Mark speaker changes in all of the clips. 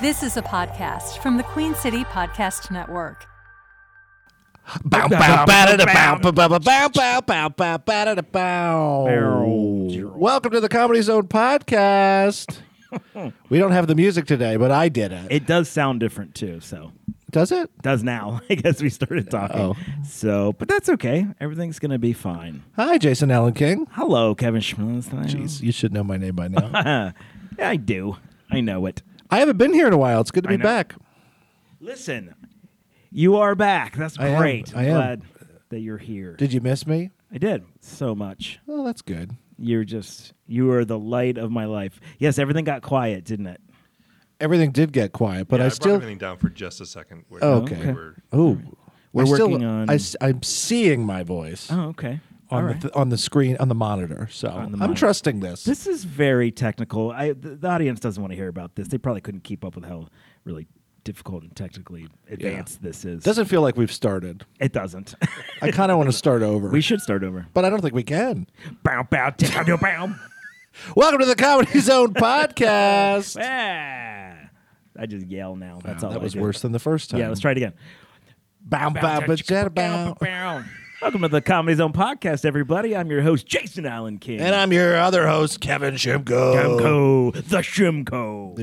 Speaker 1: This is a podcast from the Queen City Podcast Network.
Speaker 2: Bow, bow, ba, da, da, bow, ba, ba, ba, bow, bow, bow, bow, ba, da, da, bow. Welcome to the Comedy Zone podcast. we don't have the music today, but I did it.
Speaker 3: It does sound different too, so
Speaker 2: Does it?
Speaker 3: does now. I guess we started talking.
Speaker 2: Uh-oh.
Speaker 3: So, but that's okay. Everything's gonna be fine.
Speaker 2: Hi, Jason Allen King.
Speaker 3: Hello, Kevin Schmelzstein.
Speaker 2: Jeez, you should know my name by now.
Speaker 3: Uh, yeah, I do. I know it.
Speaker 2: I haven't been here in a while. It's good to be
Speaker 3: know.
Speaker 2: back.
Speaker 3: Listen, you are back. That's
Speaker 2: I am.
Speaker 3: great.
Speaker 2: I am.
Speaker 3: Glad that you're here.
Speaker 2: Did you miss me?
Speaker 3: I did so much.
Speaker 2: Oh, that's good.
Speaker 3: You're just you are the light of my life. Yes, everything got quiet, didn't it?
Speaker 2: Everything did get quiet, but
Speaker 4: Yeah,
Speaker 2: I
Speaker 4: brought
Speaker 2: still.
Speaker 4: everything down for just a second. Where
Speaker 2: Oh, okay.
Speaker 4: we were-
Speaker 2: Ooh,
Speaker 3: We're
Speaker 2: I still-
Speaker 3: working on-
Speaker 2: I, am seeing my voice
Speaker 3: Oh, okay. All
Speaker 2: on the
Speaker 3: right.
Speaker 2: th- on the screen on the monitor, so
Speaker 3: the
Speaker 2: I'm
Speaker 3: monitor.
Speaker 2: trusting this.
Speaker 3: This is very technical. I the, the audience doesn't want to hear about this. They probably couldn't keep up with how really difficult and technically advanced this is.
Speaker 2: Doesn't feel like we've started.
Speaker 3: it doesn't.
Speaker 2: I kind of want to start over.
Speaker 3: we should start over.
Speaker 2: but I don't think we can.
Speaker 3: Bow bow down do bow.
Speaker 2: Welcome to the Comedy Zone podcast.
Speaker 3: Ah. I just yell now. That's all.
Speaker 2: that
Speaker 3: I
Speaker 2: was
Speaker 3: do.
Speaker 2: worse than the first time.
Speaker 3: Yeah, let's try it again.
Speaker 2: Bow, bow, ba, jada, bow.
Speaker 3: Welcome to the Comedy Zone podcast, everybody. I'm your host, Jason Allen King.
Speaker 2: And I'm your other host, Kevin Shimko.
Speaker 3: Shimko, the Shimko.
Speaker 2: The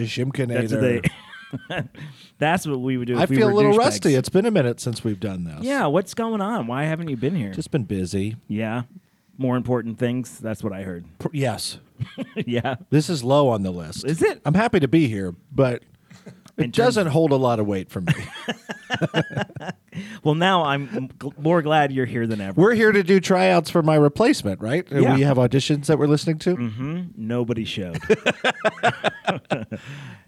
Speaker 3: That's what they.
Speaker 2: Shimkinator.
Speaker 3: That's what we would do. If
Speaker 2: I
Speaker 3: we
Speaker 2: feel
Speaker 3: were
Speaker 2: a little
Speaker 3: douchebags.
Speaker 2: rusty. It's been a minute since we've done this.
Speaker 3: Yeah, what's going on? Why haven't you been here?
Speaker 2: Just been busy.
Speaker 3: yeah, more important things. That's what I heard.
Speaker 2: Pr- Yes.
Speaker 3: yeah,
Speaker 2: This is low on the list.
Speaker 3: Is it?
Speaker 2: I'm happy to be here, but it
Speaker 3: In terms-
Speaker 2: doesn't hold a lot of weight for me.
Speaker 3: Well, now I'm m- gl- more glad you're here than ever.
Speaker 2: we're here to do tryouts for my replacement, right? And
Speaker 3: Yeah. Mm-hmm.
Speaker 2: We have auditions that we're listening to.
Speaker 3: Nobody showed.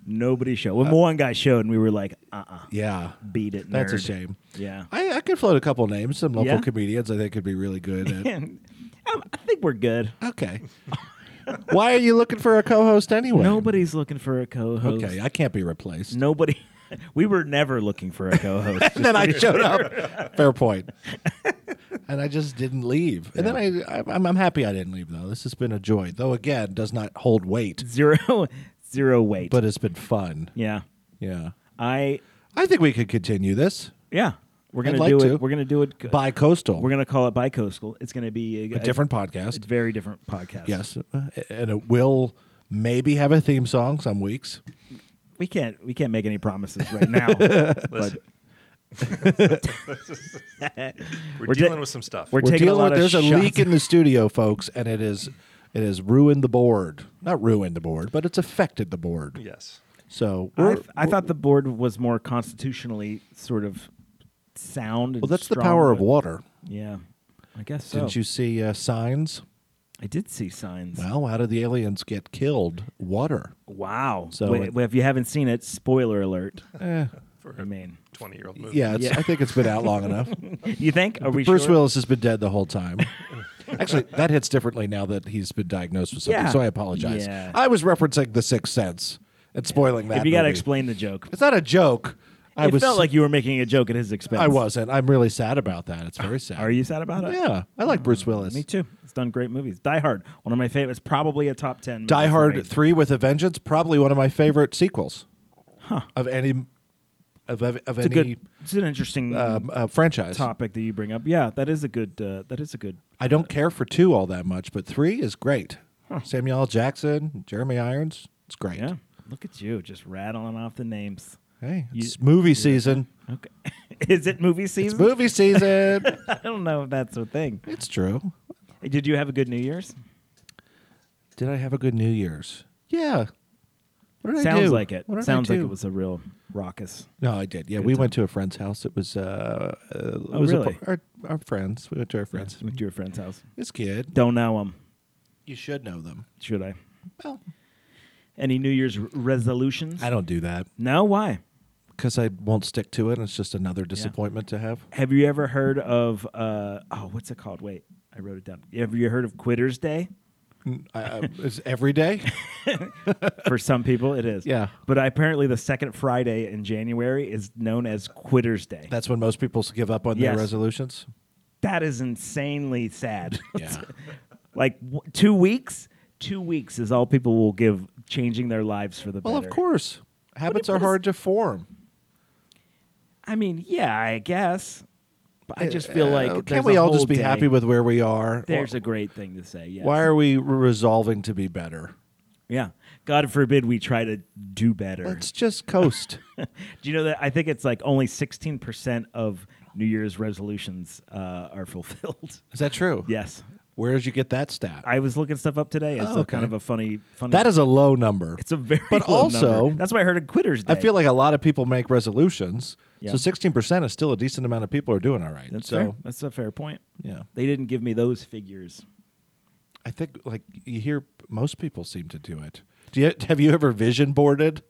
Speaker 3: Nobody showed. When one guy showed, and we were like, uh, uh
Speaker 2: Yeah.
Speaker 3: beat it.
Speaker 2: Uh, That's a
Speaker 3: nerd.
Speaker 2: shame.
Speaker 3: Yeah.
Speaker 2: I, I could float a couple names, some local
Speaker 3: Yeah?
Speaker 2: comedians I think could be really good. At.
Speaker 3: Um, I think we're good.
Speaker 2: Okay. Why are you looking for a co-host anyway?
Speaker 3: Nobody's looking for a co-host.
Speaker 2: Okay, I can't be replaced.
Speaker 3: Nobody. we were never looking for a co-host.
Speaker 2: And then I showed up. Fair point. And I just didn't leave. And then I, I'm, I'm happy I didn't leave though. This has been a joy, though. Again, does not hold weight,
Speaker 3: zero, zero weight.
Speaker 2: but it's been fun.
Speaker 3: yeah,
Speaker 2: Yeah,
Speaker 3: I.
Speaker 2: I think we could continue this
Speaker 3: Yeah, we're gonna
Speaker 2: I'd like
Speaker 3: do it.
Speaker 2: to.
Speaker 3: We're gonna do it. co-
Speaker 2: bi-coastal,
Speaker 3: We're gonna call it bicoastal. It's gonna be a,
Speaker 2: a different
Speaker 3: a
Speaker 2: podcast.
Speaker 3: very different podcast.
Speaker 2: Yes, and it will maybe have a theme song some weeks.
Speaker 3: we can't we can't make any promises right now. but
Speaker 4: Listen, we're,
Speaker 3: We're
Speaker 4: dealing
Speaker 3: de-
Speaker 4: with some stuff.
Speaker 3: we're
Speaker 2: We're
Speaker 3: taking a
Speaker 2: dealing
Speaker 3: lot
Speaker 2: with
Speaker 3: of
Speaker 2: there's a
Speaker 3: shots.
Speaker 2: leak in the studio, folks, and it is it has ruined the board. Not ruined the board, but it's affected the board.
Speaker 4: yes.
Speaker 2: So
Speaker 3: I,
Speaker 2: we're,
Speaker 3: th- I thought the board was more constitutionally sort of sound. and
Speaker 2: well, that's the
Speaker 3: strong,
Speaker 2: power of
Speaker 3: but-
Speaker 2: water.
Speaker 3: Yeah, I guess so.
Speaker 2: Didn't you see uh, signs?
Speaker 3: I did see signs.
Speaker 2: Well, how did the aliens get killed? Water.
Speaker 3: Wow.
Speaker 2: So
Speaker 3: So
Speaker 2: it- Eh.
Speaker 3: if you haven't seen it, spoiler alert.
Speaker 4: For
Speaker 3: I mean,
Speaker 4: a 20 year old movie.
Speaker 2: Yeah, it's,
Speaker 3: Yeah.
Speaker 2: I think it's been out long enough.
Speaker 3: you think? Are we
Speaker 2: Bruce
Speaker 3: sure?
Speaker 2: Willis has been dead the whole time. Actually, that hits differently now that he's been diagnosed with something.
Speaker 3: Yeah.
Speaker 2: So I apologize.
Speaker 3: Yeah.
Speaker 2: I was referencing The Sixth Sense and spoiling that.
Speaker 3: If you got to
Speaker 2: movie.
Speaker 3: explain the joke,
Speaker 2: it's not a joke. I
Speaker 3: it
Speaker 2: was
Speaker 3: felt like you were making a joke at his expense.
Speaker 2: I wasn't. I'm really sad about that. It's very sad.
Speaker 3: Are you sad about it?
Speaker 2: Yeah, I like Bruce Willis.
Speaker 3: Me too. It's done great movies. Die Hard, one of my favorites, probably a top ten.
Speaker 2: Die
Speaker 3: movie for
Speaker 2: Hard
Speaker 3: me.
Speaker 2: Three with a Vengeance, probably one of my favorite sequels of any of of, of
Speaker 3: It's a
Speaker 2: any
Speaker 3: good. It's an interesting
Speaker 2: um, uh, franchise.
Speaker 3: topic that you bring up. Yeah, that is a good. Uh, that is a good.
Speaker 2: I don't care for two all that much, but three is great. Samuel L. Jackson, Jeremy Irons, it's great.
Speaker 3: Yeah, look at you, just rattling off the names.
Speaker 2: Hey,
Speaker 3: You-
Speaker 2: it's movie season.
Speaker 3: Okay, is it movie season?
Speaker 2: It's movie season.
Speaker 3: I don't know if that's a thing.
Speaker 2: it's true.
Speaker 3: Hey, Did you have a good New Year's?
Speaker 2: Did I have a good New Year's? Yeah. What did I
Speaker 3: Sounds
Speaker 2: do?
Speaker 3: like it.
Speaker 2: What did I
Speaker 3: Sounds like
Speaker 2: do?
Speaker 3: it was a real raucous.
Speaker 2: No, I did. Yeah,
Speaker 3: Good
Speaker 2: we
Speaker 3: time.
Speaker 2: went to a friend's house. It was uh, uh it
Speaker 3: Oh,
Speaker 2: was a
Speaker 3: really?
Speaker 2: par- our, our friends. We went to our friends.
Speaker 3: Went to your friend's house.
Speaker 2: This kid,
Speaker 3: Don't know him.
Speaker 2: you should know them.
Speaker 3: Should I?
Speaker 2: Well,
Speaker 3: Any New Year's r- resolutions?
Speaker 2: I don't do that
Speaker 3: no. Why?
Speaker 2: because I won't stick to it. and It's just another disappointment to have.
Speaker 3: Have you ever heard of uh oh what's it called? Wait, I wrote it down. Have you heard of Quitter's Day?
Speaker 2: I, I, it's every day.
Speaker 3: For some people it is.
Speaker 2: Yeah.
Speaker 3: But apparently the second Friday in January is known as Quitter's Day.
Speaker 2: That's when most people give up on their
Speaker 3: Yes.
Speaker 2: resolutions.
Speaker 3: that is insanely sad.
Speaker 2: Yeah.
Speaker 3: like w- 2 weeks? 2 weeks is all people will give changing their lives for the
Speaker 2: well,
Speaker 3: better.
Speaker 2: of course. Habits are hard to form.
Speaker 3: I mean, yeah, I guess. But I just feel like
Speaker 2: Uh,
Speaker 3: there's
Speaker 2: can't we
Speaker 3: a
Speaker 2: all
Speaker 3: whole
Speaker 2: just be
Speaker 3: day-
Speaker 2: happy with where we are?
Speaker 3: There's a great thing to say. Yes.
Speaker 2: Why are we resolving to be better?
Speaker 3: Yeah. God forbid we try to do better.
Speaker 2: Let's just coast.
Speaker 3: do you know that? I think it's like only 16% of New Year's resolutions uh, are fulfilled.
Speaker 2: Is that true?
Speaker 3: yes.
Speaker 2: Where did you get that stat?
Speaker 3: I was looking stuff up today. It's
Speaker 2: Oh,
Speaker 3: a
Speaker 2: okay.
Speaker 3: kind of a funny, funny.
Speaker 2: that is a low number.
Speaker 3: It's a very.
Speaker 2: But
Speaker 3: low
Speaker 2: also-
Speaker 3: number. that's why I heard of quitters.
Speaker 2: I
Speaker 3: Day.
Speaker 2: feel like a lot of people make resolutions.
Speaker 3: Yeah.
Speaker 2: So 16% is still a decent amount of people are doing all right.
Speaker 3: that's
Speaker 2: so,
Speaker 3: fair. That's a fair point.
Speaker 2: yeah.
Speaker 3: They didn't give me those figures.
Speaker 2: I think like you hear most people seem to do it. Do you have you ever vision boarded?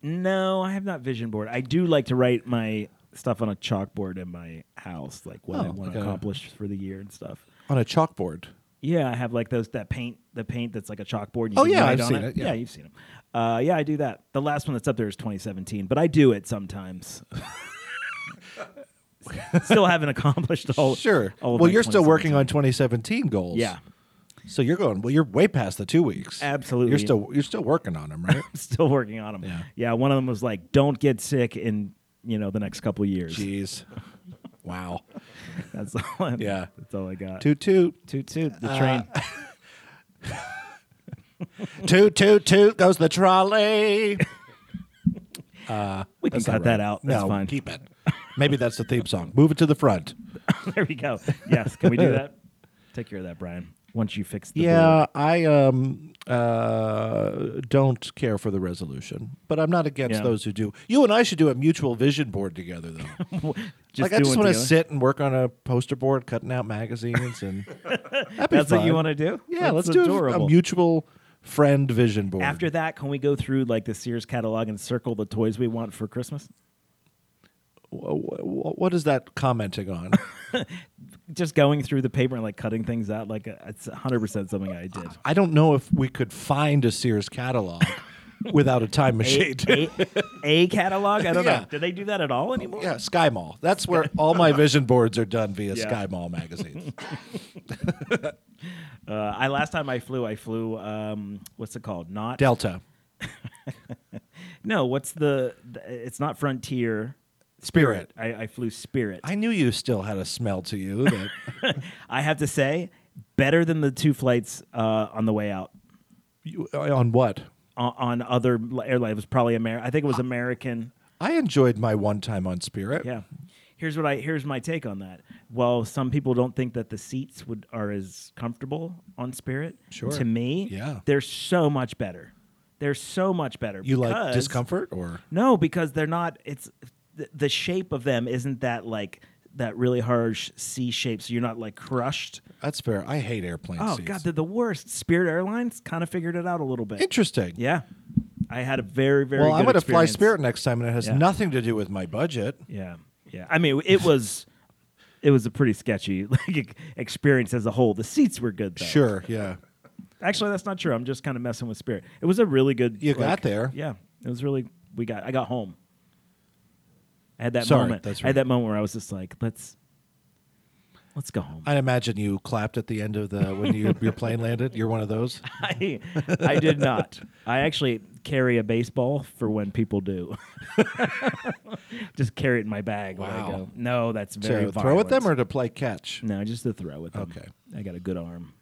Speaker 3: No, I have not vision board. I do like to write my stuff on a chalkboard in my house, like what I
Speaker 2: Oh,
Speaker 3: want to
Speaker 2: okay.
Speaker 3: accomplish for the year and stuff.
Speaker 2: On a chalkboard.
Speaker 3: Yeah, I have like those that paint, the paint that's like a chalkboard. You
Speaker 2: Oh,
Speaker 3: can
Speaker 2: yeah,
Speaker 3: write
Speaker 2: I've
Speaker 3: on
Speaker 2: seen it,
Speaker 3: Yeah.
Speaker 2: yeah.
Speaker 3: you've seen them. Uh, yeah, I do that. The last one that's up there is 2017, but I do it sometimes. still haven't accomplished all.
Speaker 2: sure.
Speaker 3: Oh, all of
Speaker 2: well,
Speaker 3: my
Speaker 2: you're still working
Speaker 3: 2017.
Speaker 2: on 2017 goals.
Speaker 3: Yeah,
Speaker 2: So you're going. Well, you're way past the two weeks.
Speaker 3: Absolutely.
Speaker 2: You're still you're still working on them, right?
Speaker 3: still working on them.
Speaker 2: Yeah.
Speaker 3: one of them was like, "Don't get sick in you know the next couple years."
Speaker 2: Jeez. Wow.
Speaker 3: That's all. I,
Speaker 2: Yeah.
Speaker 3: that's all I got. Uh,
Speaker 2: Toot toot.
Speaker 3: toot toot the train.
Speaker 2: Toot toot toot goes the trolley.
Speaker 3: we can cut
Speaker 2: not
Speaker 3: that
Speaker 2: right.
Speaker 3: out.
Speaker 2: No,
Speaker 3: That's fine.
Speaker 2: keep it. Maybe that's the theme song. Move it to the front.
Speaker 3: there we go. Yes, can we do that? Take care of that, Brian. Once you fix the
Speaker 2: Yeah, I um uh don't care for the resolution, but I'm not against
Speaker 3: Yeah.
Speaker 2: those who do. You and I should do a mutual vision board together, though.
Speaker 3: board,
Speaker 2: like I just
Speaker 3: doing
Speaker 2: want to
Speaker 3: together.
Speaker 2: sit and work on a poster board, cutting out magazines, and that'd be
Speaker 3: That's what you
Speaker 2: fun.
Speaker 3: want to do?
Speaker 2: Yeah,
Speaker 3: That's
Speaker 2: let's do a-
Speaker 3: adorable.
Speaker 2: a mutual friend vision board.
Speaker 3: After that, can we go through like the Sears catalog and circle the toys we want for Christmas?
Speaker 2: Wha- wha- what is that commenting on?
Speaker 3: Just going through the paper and like cutting things out, like uh, it's 100% something I did.
Speaker 2: I don't know if we could find a Sears catalog without a time machine.
Speaker 3: a, a catalog? I don't
Speaker 2: Yeah.
Speaker 3: know. Do they do that at all anymore?
Speaker 2: Yeah, Sky Mall. That's where all my vision boards are done via
Speaker 3: Yeah.
Speaker 2: Sky Mall magazines.
Speaker 3: Uh, I last time I flew, I flew. Um, what's it called? Not
Speaker 2: Delta.
Speaker 3: No, what's the? the- It's not Frontier.
Speaker 2: Spirit.
Speaker 3: I, I flew Spirit.
Speaker 2: I knew you still had a smell to you. That,
Speaker 3: I have to say, better than the two flights uh, on the way out.
Speaker 2: you, uh, on what?
Speaker 3: On, on other airline, it was probably American. I think it was American.
Speaker 2: I enjoyed my one time on Spirit.
Speaker 3: Yeah. Here's what I here's my take on that. Well, some people don't think that the seats would are as comfortable on Spirit.
Speaker 2: Sure.
Speaker 3: To me,
Speaker 2: Yeah.
Speaker 3: they're so much better. They're so much better.
Speaker 2: You like
Speaker 3: because-
Speaker 2: discomfort or?
Speaker 3: No, because they're not. It's the, the shape of them isn't that like that really harsh C shape. So you're not like crushed.
Speaker 2: That's fair. I hate airplane
Speaker 3: Oh
Speaker 2: seats.
Speaker 3: god, they're the worst. Spirit Airlines kind of figured it out a little bit.
Speaker 2: Interesting.
Speaker 3: Yeah, I had a very very.
Speaker 2: well,
Speaker 3: good
Speaker 2: I'm going to fly
Speaker 3: experience.
Speaker 2: Spirit next time, and it has
Speaker 3: Yeah.
Speaker 2: nothing to do with my budget.
Speaker 3: Yeah, yeah. I mean, it was. It was a pretty sketchy like e- experience as a whole. The seats were good, though.
Speaker 2: Sure. Yeah.
Speaker 3: Actually, that's not true. I'm just kind of messing with Spirit. It was a really good.
Speaker 2: You got there.
Speaker 3: Yeah, it was really. We got. I got home. I had that
Speaker 2: Sorry,
Speaker 3: moment.
Speaker 2: that's
Speaker 3: I
Speaker 2: right.
Speaker 3: had that moment where I was just like, let's, let's go home.
Speaker 2: I imagine you clapped at the end of the when you, your plane landed. You're one of those.
Speaker 3: I, I did not. I actually carry a baseball for when people do. just carry it in my bag when I
Speaker 2: Wow.
Speaker 3: go. No, that's very
Speaker 2: To throw at them or
Speaker 3: violent. Mm.
Speaker 2: to play catch.
Speaker 3: no, just to throw at them.
Speaker 2: Okay.
Speaker 3: I got a good arm.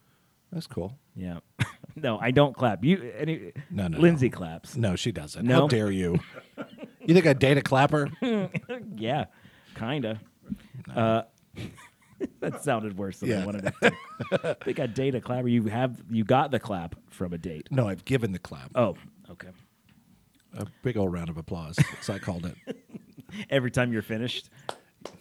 Speaker 2: That's cool.
Speaker 3: Yeah. no, I don't clap. You any
Speaker 2: No, no,
Speaker 3: Lindsay claps.
Speaker 2: No, she doesn't.
Speaker 3: No?
Speaker 2: How dare you? You think I date a clapper?
Speaker 3: Yeah. Kinda. Uh that sounded worse than I
Speaker 2: Yeah.
Speaker 3: wanted it to. I think I date a clapper. You have you got the clap from a date.
Speaker 2: No, I've given the clap.
Speaker 3: Oh, okay.
Speaker 2: A big old round of applause, as I called it.
Speaker 3: every time you're finished,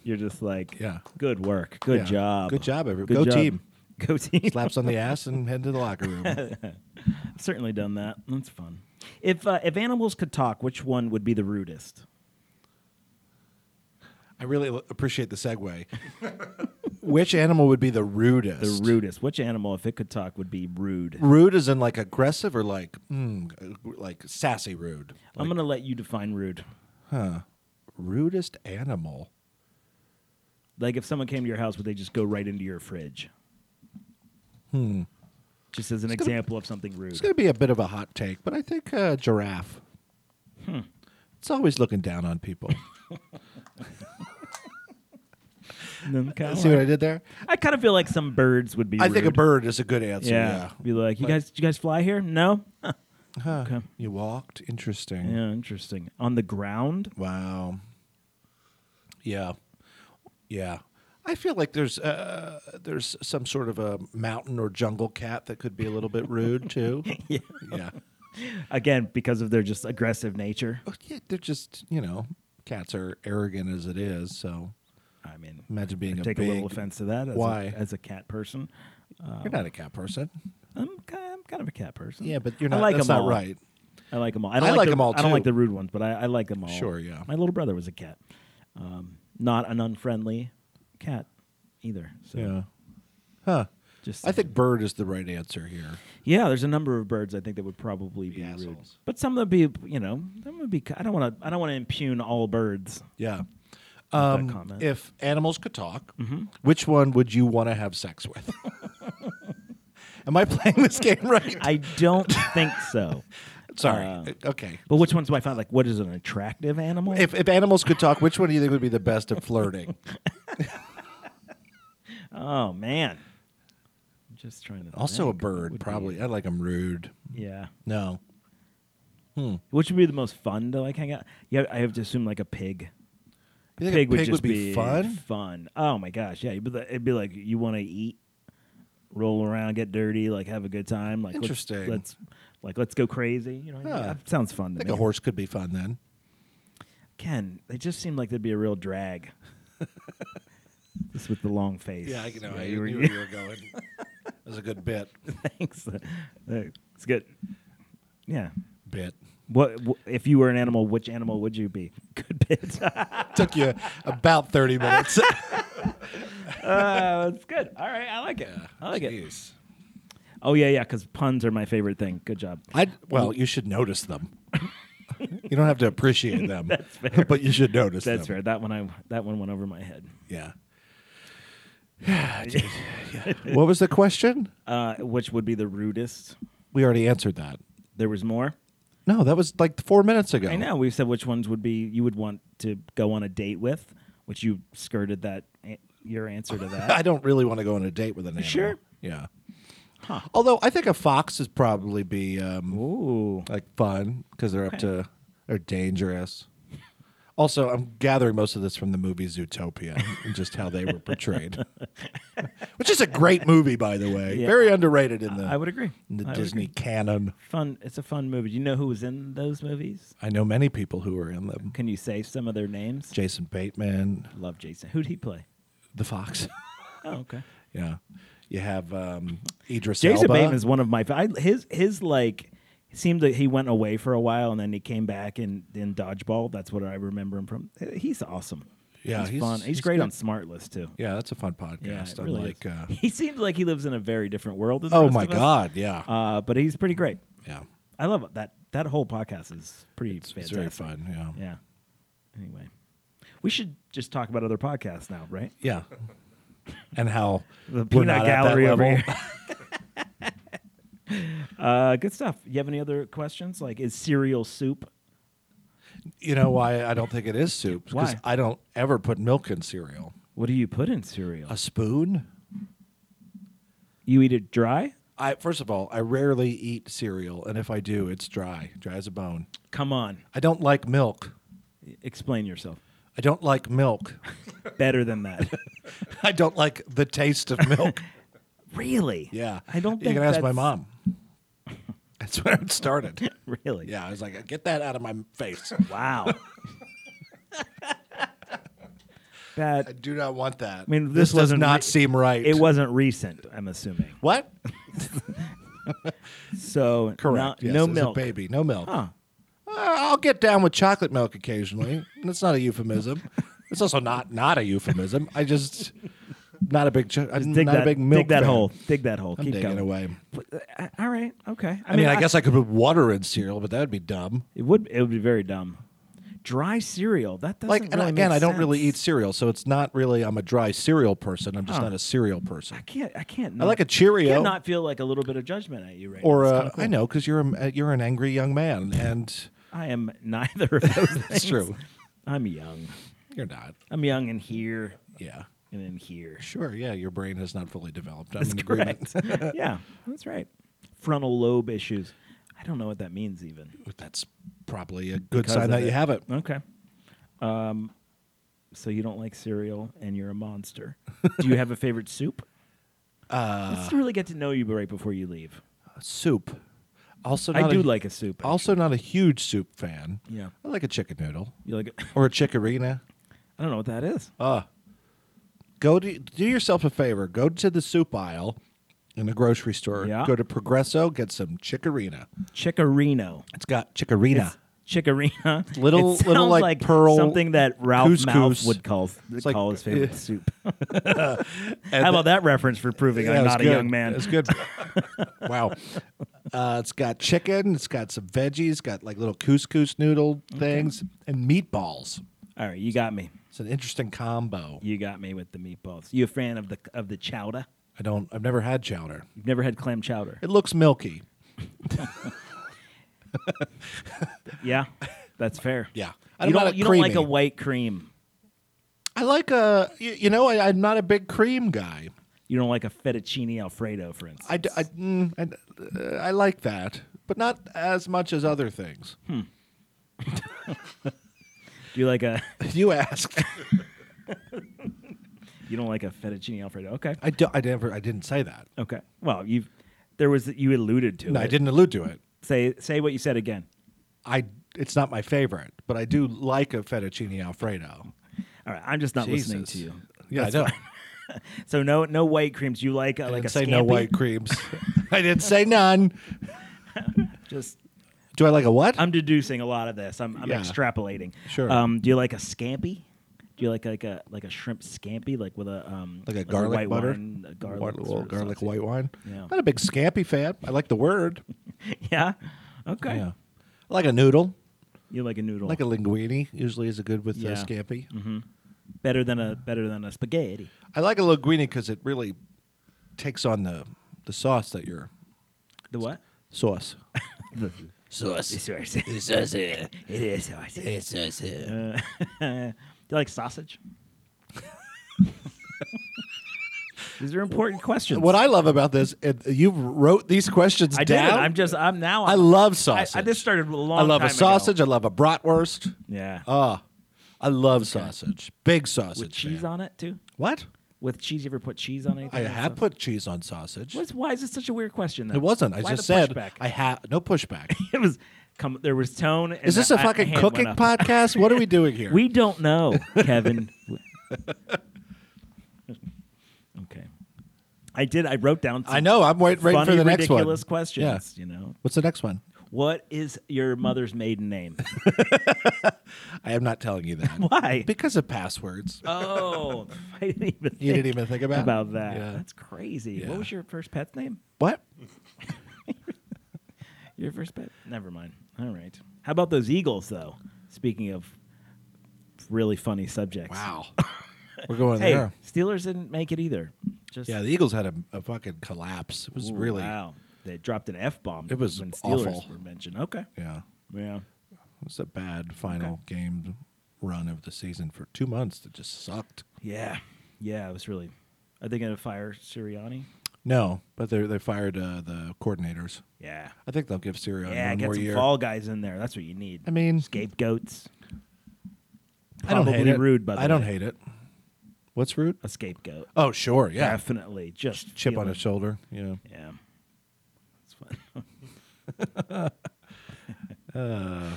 Speaker 3: you're just like,
Speaker 2: Yeah.
Speaker 3: good work, good
Speaker 2: Yeah.
Speaker 3: job,
Speaker 2: Good job, every- go team."
Speaker 3: go team."
Speaker 2: Slaps on the ass and head to the locker room.
Speaker 3: I've certainly done that. That's fun. If uh, if animals could talk, which one would be the rudest?
Speaker 2: I really l- appreciate the segue. Which animal would be the
Speaker 3: The
Speaker 2: rudest?
Speaker 3: rudest. Which animal, if it could talk, would be rude?
Speaker 2: Rude is in like aggressive or like mm, like sassy rude.
Speaker 3: I'm gonna let you define rude.
Speaker 2: Rudest animal.
Speaker 3: Like if someone came to your house, would they just go right into your fridge? Hmm. Just as an example of something rude. Hmm.
Speaker 2: It's going to be a bit of a hot take, but I think uh, giraffe. It's always looking down on people.
Speaker 3: Them kinda
Speaker 2: See what
Speaker 3: like-
Speaker 2: I did there?
Speaker 3: I kind of feel like some birds would be.
Speaker 2: I think a
Speaker 3: rude.
Speaker 2: bird is a good answer.
Speaker 3: Yeah.
Speaker 2: Yeah.
Speaker 3: Be like, you guys, did you guys fly here? No. Huh.
Speaker 2: Huh.
Speaker 3: Okay.
Speaker 2: You walked. Interesting.
Speaker 3: Yeah, interesting. On the ground.
Speaker 2: Wow. Yeah. Yeah. I feel like there's uh, there's some sort of a mountain or jungle cat that could be a little bit rude too. yeah. Yeah.
Speaker 3: Again, because of their just aggressive nature.
Speaker 2: Oh, yeah. They're just you know cats are arrogant as it is. So
Speaker 3: I mean,
Speaker 2: imagine being
Speaker 3: I
Speaker 2: a
Speaker 3: take
Speaker 2: big.
Speaker 3: a little offense to that. As
Speaker 2: Why?
Speaker 3: A, as a cat person,
Speaker 2: You're not a cat person.
Speaker 3: I'm kind, I'm kind of a cat person.
Speaker 2: Yeah, but you're not.
Speaker 3: I like
Speaker 2: that's
Speaker 3: them
Speaker 2: not
Speaker 3: all.
Speaker 2: right.
Speaker 3: I like them all. I don't
Speaker 2: I
Speaker 3: like,
Speaker 2: like
Speaker 3: the,
Speaker 2: 'em all,
Speaker 3: I don't like
Speaker 2: too.
Speaker 3: the rude ones, but I, I like them all.
Speaker 2: Sure, yeah.
Speaker 3: My little brother was a cat. Um, not an unfriendly cat either. So
Speaker 2: Yeah. Huh.
Speaker 3: Just
Speaker 2: I think bird is the right answer here.
Speaker 3: Yeah, there's a number of birds I think that would probably be rude.
Speaker 2: assholes.
Speaker 3: But some would be, you know, some would be. I don't want to. I don't want to impugn all birds.
Speaker 2: Yeah.
Speaker 3: that
Speaker 2: Um,
Speaker 3: comment. Mm-hmm.
Speaker 2: if animals could talk, which one would you want to have sex with? Am I playing this game right?
Speaker 3: I don't think so.
Speaker 2: Sorry.
Speaker 3: Uh,
Speaker 2: okay.
Speaker 3: But which ones do I find? Like, what is an attractive animal?
Speaker 2: If, if animals could talk, which one do you think would be the best at flirting?
Speaker 3: oh man, I'm just trying to.
Speaker 2: Also, a
Speaker 3: think.
Speaker 2: bird,
Speaker 3: Would be-
Speaker 2: probably. I like them rude.
Speaker 3: yeah.
Speaker 2: No.
Speaker 3: Which would be the most fun to like hang out? Yeah, I have to assume like a pig.
Speaker 2: You think a
Speaker 3: pig,
Speaker 2: pig
Speaker 3: would just
Speaker 2: would be fun?
Speaker 3: Fun. Oh my gosh, yeah. It'd be like, it'd be like you want to eat, roll around, get dirty, like have a good time. Like let's-
Speaker 2: Interesting.
Speaker 3: Let's, like let's go crazy. You know,
Speaker 2: Huh.
Speaker 3: that sounds fun
Speaker 2: I
Speaker 3: to
Speaker 2: think
Speaker 3: me.
Speaker 2: a horse could be fun then.
Speaker 3: Ken, they just seem like they'd be a real drag. just with the long face. you were-
Speaker 2: were going. That was a good bit.
Speaker 3: thanks. Uh, It's good. Yeah.
Speaker 2: Bit.
Speaker 3: What, wh- if you were an animal? Which animal would you be? Good bit.
Speaker 2: Took you about 30 minutes.
Speaker 3: uh, it's good. All right, I like it. I like it.
Speaker 2: Jeez.
Speaker 3: Oh yeah, yeah. Because puns are my favorite thing. Good job.
Speaker 2: I well, you should notice them. you don't have to appreciate them, but you should notice
Speaker 3: That's fair.
Speaker 2: them.
Speaker 3: That one I that one went over my head.
Speaker 2: Yeah. Yeah, dude. Yeah. What was the question?
Speaker 3: Uh, which would be the rudest?
Speaker 2: We already answered that.
Speaker 3: There was more.
Speaker 2: No, that was like four minutes ago.
Speaker 3: I know we said which ones would be you would want to go on a date with, which you skirted that a- your answer to that.
Speaker 2: I don't really want to go on a date with an animal.
Speaker 3: Sure.
Speaker 2: Yeah. Although I think a fox is probably be um,
Speaker 3: Ooh,
Speaker 2: like fun because they're up to they're dangerous. Also, I'm gathering most of this from the movie Zootopia and just how they were portrayed, which is a great movie, by the way.
Speaker 3: Yeah.
Speaker 2: Very underrated in the
Speaker 3: I would agree.
Speaker 2: in the
Speaker 3: I would
Speaker 2: Disney
Speaker 3: agree.
Speaker 2: canon.
Speaker 3: fun. It's a fun movie. Do you know who was in those movies?
Speaker 2: I know many people who were in them.
Speaker 3: Can you say some of their names?
Speaker 2: Jason Bateman,
Speaker 3: Love Jason. Who'd he play?
Speaker 2: the fox.
Speaker 3: Oh, okay.
Speaker 2: yeah, you have um, Idris
Speaker 3: Jason
Speaker 2: Elba.
Speaker 3: Bateman is one of my fa- I, his his like seemed that he went away for a while and then he came back in in Dodgeball. That's what I remember him from. He's awesome.
Speaker 2: Yeah,
Speaker 3: he's,
Speaker 2: he's-
Speaker 3: fun. He's,
Speaker 2: he's
Speaker 3: great
Speaker 2: good.
Speaker 3: on Smart List too.
Speaker 2: Yeah, that's a fun
Speaker 3: Yeah,
Speaker 2: podcast.
Speaker 3: it
Speaker 2: I
Speaker 3: really
Speaker 2: like.
Speaker 3: is.
Speaker 2: Uh,
Speaker 3: he seems like he lives in a very different world. Than the
Speaker 2: oh
Speaker 3: rest
Speaker 2: my
Speaker 3: of us.
Speaker 2: God! Yeah,
Speaker 3: Uh, but he's pretty great.
Speaker 2: yeah,
Speaker 3: I love that. That whole podcast is pretty.
Speaker 2: it's
Speaker 3: fantastic.
Speaker 2: very fun. Yeah, yeah.
Speaker 3: Yeah. Anyway, we should just talk about other podcasts now, right?
Speaker 2: and how
Speaker 3: The
Speaker 2: we're
Speaker 3: peanut
Speaker 2: not
Speaker 3: gallery
Speaker 2: at that
Speaker 3: over
Speaker 2: level.
Speaker 3: here. Uh, good stuff. You have any other questions? Like, is cereal soup?
Speaker 2: You know why I don't think it is soup? Because
Speaker 3: Why?
Speaker 2: I don't ever put milk in cereal.
Speaker 3: What do you put in cereal?
Speaker 2: A spoon.
Speaker 3: You eat it dry?
Speaker 2: I first of all, I rarely eat cereal, and if I do, it's dry, dry as a bone.
Speaker 3: Come on,
Speaker 2: I don't like milk.
Speaker 3: explain yourself.
Speaker 2: I don't like milk.
Speaker 3: Better than that.
Speaker 2: I don't like the taste of milk.
Speaker 3: really?
Speaker 2: Yeah,
Speaker 3: I don't think
Speaker 2: you can ask my
Speaker 3: that's-
Speaker 2: mom. That's where it started.
Speaker 3: Really?
Speaker 2: Yeah, I was like, get that out of my face.
Speaker 3: Wow. that
Speaker 2: I do not want that. I
Speaker 3: mean, this
Speaker 2: this, does
Speaker 3: wasn't
Speaker 2: not
Speaker 3: re-
Speaker 2: seem right.
Speaker 3: it wasn't recent, I'm assuming.
Speaker 2: what?
Speaker 3: So
Speaker 2: Correct.
Speaker 3: No,
Speaker 2: yes,
Speaker 3: no
Speaker 2: as a
Speaker 3: milk.
Speaker 2: baby, no milk.
Speaker 3: Huh.
Speaker 2: Uh, I'll get down with chocolate milk occasionally. That's not a euphemism. It's also not not a euphemism. I just not a big. Cho- I'm
Speaker 3: Dig
Speaker 2: not
Speaker 3: that,
Speaker 2: a big milk.
Speaker 3: dig that
Speaker 2: fan.
Speaker 3: hole. Dig that hole.
Speaker 2: I'm
Speaker 3: Keep
Speaker 2: digging
Speaker 3: going.
Speaker 2: away.
Speaker 3: But, uh, all right. Okay.
Speaker 2: I mean, I, guess I could put water in cereal, but that would be dumb.
Speaker 3: it would it would be very dumb. Dry cereal. That doesn't
Speaker 2: Like, and
Speaker 3: really
Speaker 2: again,
Speaker 3: make
Speaker 2: I don't really
Speaker 3: sense.
Speaker 2: eat cereal, so it's not really. I'm a dry cereal person. I'm just
Speaker 3: Huh.
Speaker 2: not a cereal
Speaker 3: I
Speaker 2: person.
Speaker 3: can't. I can't.
Speaker 2: I like
Speaker 3: not-
Speaker 2: a Cheerio.
Speaker 3: I can't not feel like a little bit of judgment at you right now.
Speaker 2: Or uh,
Speaker 3: It's kinda cool.
Speaker 2: I know because you're a, you're an angry young man, and
Speaker 3: I am neither of those things.
Speaker 2: That's true.
Speaker 3: I'm young.
Speaker 2: You're not.
Speaker 3: I'm young in here
Speaker 2: Yeah.
Speaker 3: and in here.
Speaker 2: Sure. Yeah. Your brain has not fully developed. I'm
Speaker 3: That's
Speaker 2: in agreement.
Speaker 3: correct. yeah, that's right. Frontal lobe issues. I don't know what that means even.
Speaker 2: That's probably a good
Speaker 3: Because
Speaker 2: sign
Speaker 3: of
Speaker 2: that
Speaker 3: it.
Speaker 2: you have it.
Speaker 3: Okay. Um, so you don't like cereal and you're a monster. Do you have a favorite soup? Uh, Let's really get to know you right before you leave.
Speaker 2: Soup. Also,
Speaker 3: I
Speaker 2: not
Speaker 3: do
Speaker 2: a,
Speaker 3: like a soup.
Speaker 2: Also, not a huge soup fan.
Speaker 3: Yeah.
Speaker 2: I like a chicken noodle
Speaker 3: You like? it?
Speaker 2: or a chicorina.
Speaker 3: I don't know what that is.
Speaker 2: Uh, Go to do yourself a favor. Go to the soup aisle in the grocery store.
Speaker 3: Yeah.
Speaker 2: Go to Progresso. Get some chicorina.
Speaker 3: Chicorino.
Speaker 2: It's got chicorina.
Speaker 3: It's Chicorina. It
Speaker 2: little- little
Speaker 3: sounds
Speaker 2: like pearl
Speaker 3: something that Ralph Mouth
Speaker 2: couscous.
Speaker 3: would call
Speaker 2: like-
Speaker 3: call his favorite
Speaker 2: yeah.
Speaker 3: soup. How about that reference for proving
Speaker 2: Yeah,
Speaker 3: I'm
Speaker 2: it's
Speaker 3: not
Speaker 2: good.
Speaker 3: a young man?
Speaker 2: It's good. wow. Uh, it's got chicken. It's got some veggies. It's got like little couscous noodle things and meatballs.
Speaker 3: All right, you got me.
Speaker 2: It's an interesting combo.
Speaker 3: You got me with the meatballs. You a fan of the of the chowder?
Speaker 2: I don't. I've never had chowder.
Speaker 3: You've never had clam chowder?
Speaker 2: It looks milky.
Speaker 3: Yeah, that's fair.
Speaker 2: Yeah.
Speaker 3: you
Speaker 2: I'm not
Speaker 3: don't,
Speaker 2: a
Speaker 3: you don't like a
Speaker 2: creamy.
Speaker 3: white cream.
Speaker 2: I like a. You, you know, I, I'm not a big cream guy.
Speaker 3: You don't like a fettuccine alfredo, for instance.
Speaker 2: I, d- I- mm, I- uh, I like that, but not as much as other things.
Speaker 3: Do you like a
Speaker 2: You asked.
Speaker 3: you don't like a fettuccine alfredo? Okay,
Speaker 2: I, do, I never. I didn't say that.
Speaker 3: okay. Well, you have there was you alluded to.
Speaker 2: No, I
Speaker 3: it.
Speaker 2: didn't allude to it.
Speaker 3: Say say what you said again.
Speaker 2: I. It's not my favorite, but I do like a fettuccine alfredo.
Speaker 3: All right, I'm just not listening
Speaker 2: Jesus.
Speaker 3: to you.
Speaker 2: Yeah, I know.
Speaker 3: So no no white creams. You like uh,
Speaker 2: I
Speaker 3: like a
Speaker 2: didn't say no
Speaker 3: scampi?
Speaker 2: white creams. I didn't say none.
Speaker 3: Just
Speaker 2: Do I like a what?
Speaker 3: I'm deducing a lot of this. I'm, I'm
Speaker 2: Yeah.
Speaker 3: extrapolating.
Speaker 2: Sure.
Speaker 3: Um, do you like a scampi? Do you like like a like a shrimp scampi like with a um
Speaker 2: like a garlic
Speaker 3: white
Speaker 2: butter,
Speaker 3: wine, a garlic
Speaker 2: Wa- little
Speaker 3: sort of
Speaker 2: garlic
Speaker 3: sauce?
Speaker 2: white wine.
Speaker 3: Yeah.
Speaker 2: Not a big scampi fan. I like the word.
Speaker 3: Yeah. Okay.
Speaker 2: I like a noodle.
Speaker 3: You like a noodle.
Speaker 2: Like a linguine usually is a good with uh,
Speaker 3: Yeah. Mm-hmm.
Speaker 2: scampi.
Speaker 3: better than a better than a spaghetti.
Speaker 2: I like a linguine because it really takes on the the sauce that you're
Speaker 3: The what?
Speaker 2: sauce.
Speaker 3: The
Speaker 2: Sauce.
Speaker 3: sauce. It is sauce. It is sauce. Uh, do you like sausage? These are important questions.
Speaker 2: What I love about this, and you wrote these questions
Speaker 3: I did.
Speaker 2: down.
Speaker 3: I'm just. I'm now.
Speaker 2: I
Speaker 3: I'm-
Speaker 2: love
Speaker 3: I,
Speaker 2: sausage.
Speaker 3: I just started a long.
Speaker 2: I love
Speaker 3: time
Speaker 2: a sausage. I love a bratwurst.
Speaker 3: Ago. Yeah.
Speaker 2: Ah, I love sausage. Big sausage.
Speaker 3: With cheese
Speaker 2: fan.
Speaker 3: on it too.
Speaker 2: What?
Speaker 3: With cheese, you ever put cheese on anything?
Speaker 2: I
Speaker 3: and
Speaker 2: have
Speaker 3: stuff?
Speaker 2: put cheese on sausage.
Speaker 3: What's, why is this such a weird question? Though?
Speaker 2: It wasn't. I
Speaker 3: Why
Speaker 2: just
Speaker 3: the
Speaker 2: said
Speaker 3: pushback?
Speaker 2: I have no pushback.
Speaker 3: it was. Come. There was tone. And
Speaker 2: Is this
Speaker 3: a
Speaker 2: a fucking cooking podcast? What are we doing here?
Speaker 3: We don't know, Kevin. okay. I did. I wrote down. Some
Speaker 2: I know. I'm waiting
Speaker 3: funny,
Speaker 2: for the next one.
Speaker 3: ridiculous questions.
Speaker 2: Yeah.
Speaker 3: You know,
Speaker 2: What's the next one?
Speaker 3: what is your mother's maiden name?
Speaker 2: I am not telling you that.
Speaker 3: Why?
Speaker 2: Because of passwords.
Speaker 3: oh, I didn't even. Think
Speaker 2: You didn't even think about it?
Speaker 3: about that.
Speaker 2: Yeah.
Speaker 3: That's crazy.
Speaker 2: Yeah.
Speaker 3: What was your first pet's name?
Speaker 2: What?
Speaker 3: Your first pet? Never mind. All right. How about those eagles, though? Speaking of really funny subjects.
Speaker 2: Wow. We're going
Speaker 3: Hey,
Speaker 2: there.
Speaker 3: Steelers didn't make it either. Just
Speaker 2: Yeah, the Eagles had a, a fucking collapse. It was
Speaker 3: Ooh,
Speaker 2: really
Speaker 3: wow. They dropped an F bomb.
Speaker 2: It was
Speaker 3: when Steelers
Speaker 2: awful.
Speaker 3: were mentioned. Okay.
Speaker 2: yeah.
Speaker 3: Yeah.
Speaker 2: It was a bad final game run of the season for two months that just sucked.
Speaker 3: Yeah. Yeah. It was really. Are they going to fire Sirianni?
Speaker 2: No, but they they fired uh, the coordinators.
Speaker 3: Yeah.
Speaker 2: I think they'll give Sirianni
Speaker 3: Yeah.
Speaker 2: one
Speaker 3: Get
Speaker 2: more
Speaker 3: some
Speaker 2: year.
Speaker 3: fall guys in there. That's what you need.
Speaker 2: I mean-
Speaker 3: scapegoats.
Speaker 2: I don't hate
Speaker 3: Probably
Speaker 2: it.
Speaker 3: Oh, rude, by the
Speaker 2: I don't
Speaker 3: way.
Speaker 2: hate it. What's rude?
Speaker 3: A scapegoat.
Speaker 2: Oh, sure, yeah.
Speaker 3: Definitely. Just
Speaker 2: Chip on
Speaker 3: feeling-
Speaker 2: his shoulder. Yeah.
Speaker 3: Yeah. It's fun. yeah.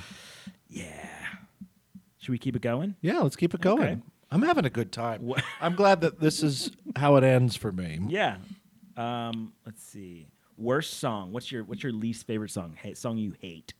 Speaker 3: Should we keep it going?
Speaker 2: Yeah, let's keep it going.
Speaker 3: Okay.
Speaker 2: I'm having a good time.
Speaker 3: Wha-
Speaker 2: I'm glad that this is how it ends for me.
Speaker 3: Yeah. Um, let's see. Worst song. What's your what's your least favorite song? Hey, song you hate.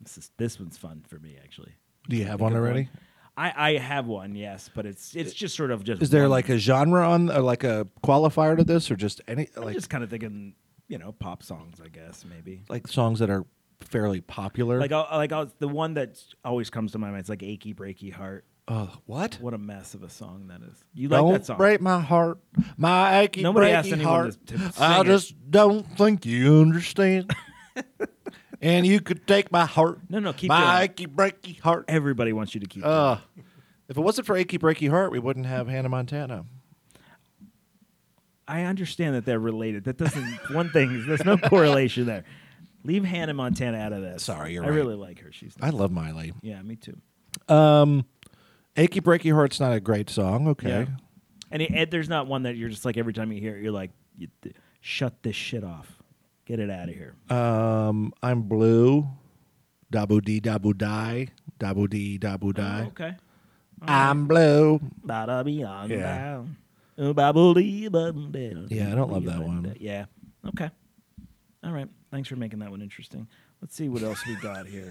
Speaker 3: This is this one's fun for me actually.
Speaker 2: Do you have one already?
Speaker 3: I, I have one, yes, but it's it's just sort of just
Speaker 2: Is there
Speaker 3: one.
Speaker 2: like a genre on or like a qualifier to this or just any
Speaker 3: I'm
Speaker 2: like
Speaker 3: just kind of thinking, you know, pop songs, I guess, maybe.
Speaker 2: like songs that are fairly popular?
Speaker 3: Like uh, I'll, like I'll, the one that always comes to my mind is like "Achy Breaky Heart."
Speaker 2: uh, what?
Speaker 3: What a mess of a song that is. You like
Speaker 2: don't
Speaker 3: that song?
Speaker 2: break my heart, my achy
Speaker 3: Nobody
Speaker 2: breaky
Speaker 3: asked anyone
Speaker 2: heart.
Speaker 3: to- to
Speaker 2: I
Speaker 3: sing it.
Speaker 2: just don't think you understand. and you could take my heart.
Speaker 3: No, no, keep
Speaker 2: my
Speaker 3: doing
Speaker 2: achy breaky heart.
Speaker 3: Everybody wants you to keep.
Speaker 2: Uh, if it wasn't for achy breaky heart, we wouldn't have Hannah Montana.
Speaker 3: I understand that they're related. That doesn't one thing. There's no correlation there. Leave Hannah Montana out of this.
Speaker 2: Sorry, you're
Speaker 3: I
Speaker 2: right.
Speaker 3: really like her. She's
Speaker 2: I love Miley.
Speaker 3: yeah, me too.
Speaker 2: Achy breaky heart's not a great song. Okay.
Speaker 3: Yeah. And, it- and there's not one that you're just like every time you hear it, you're like, you th- shut this shit off, get it out of here.
Speaker 2: Um, I'm blue. Dabu dee dabu die. Dabu dee dabu die.
Speaker 3: Oh, okay.
Speaker 2: I'm blue. Yeah.
Speaker 3: Yeah. Yeah, I
Speaker 2: Yeah, I don't love that one.
Speaker 3: Yeah. Okay. All right. Thanks for making that one interesting. Let's see what else we got here.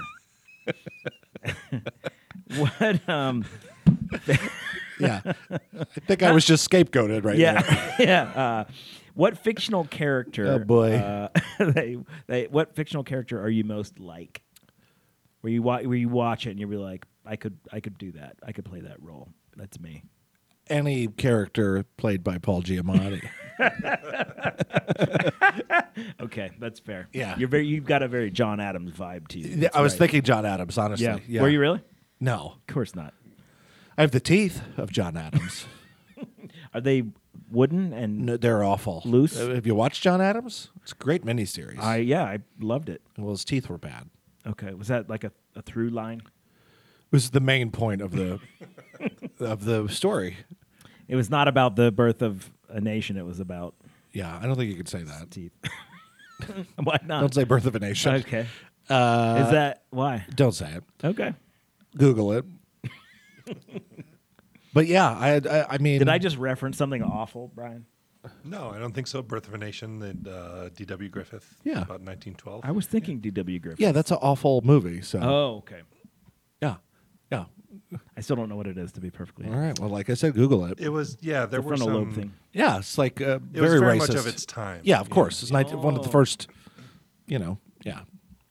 Speaker 3: what um
Speaker 2: Yeah. I think I was just scapegoated right there.
Speaker 3: yeah yeah uh, what fictional character
Speaker 2: Oh, boy.
Speaker 3: uh, they, they, what fictional character are you most like where you wa- where you watch it and you'll be like I could I could do that I could play that role that's me
Speaker 2: Any character played by Paul Giamatti.
Speaker 3: Okay, that's fair.
Speaker 2: Yeah.
Speaker 3: you're very. You've got a very John Adams vibe to you.
Speaker 2: Yeah,
Speaker 3: That's
Speaker 2: I was
Speaker 3: right.
Speaker 2: thinking John Adams, honestly.
Speaker 3: Yeah.
Speaker 2: Yeah.
Speaker 3: were you really?
Speaker 2: No.
Speaker 3: Of course not.
Speaker 2: I have the teeth of John Adams.
Speaker 3: Are they wooden and?
Speaker 2: no, they're awful.
Speaker 3: Loose?
Speaker 2: Uh, have you watched John Adams? It's a great miniseries.
Speaker 3: I yeah, I loved it.
Speaker 2: well, his teeth were bad.
Speaker 3: Okay, was that like a, a through line?
Speaker 2: It was the main point of the of the story.
Speaker 3: It was not about the birth of a nation. It was about
Speaker 2: Yeah, I don't think you could say that.
Speaker 3: teeth. why not?
Speaker 2: Don't Uh, say Birth of a Nation.
Speaker 3: Okay. Is that why?
Speaker 2: Don't say it.
Speaker 3: Okay.
Speaker 2: Google it. but yeah, I, I I mean,
Speaker 3: Did I just reference something awful, Brian?
Speaker 4: No, I don't think so. Birth of a Nation, that uh, D.W. Griffith,
Speaker 2: Yeah.
Speaker 4: about 1912.
Speaker 3: I was thinking D.W. Griffith.
Speaker 2: Yeah, that's an awful movie. So
Speaker 3: Oh, okay.
Speaker 2: yeah, yeah.
Speaker 3: I still don't know what it is to be perfectly.
Speaker 2: All right. Well, like I said, Google it.
Speaker 4: it was, yeah, there
Speaker 3: The
Speaker 4: were
Speaker 3: frontal
Speaker 4: some.
Speaker 3: lobe thing.
Speaker 2: yeah, it's like uh,
Speaker 4: It
Speaker 2: very,
Speaker 4: was very
Speaker 2: racist.
Speaker 4: much of its time.
Speaker 2: Yeah, of course. It's like one of the
Speaker 3: Oh.
Speaker 2: first. You know. Yeah.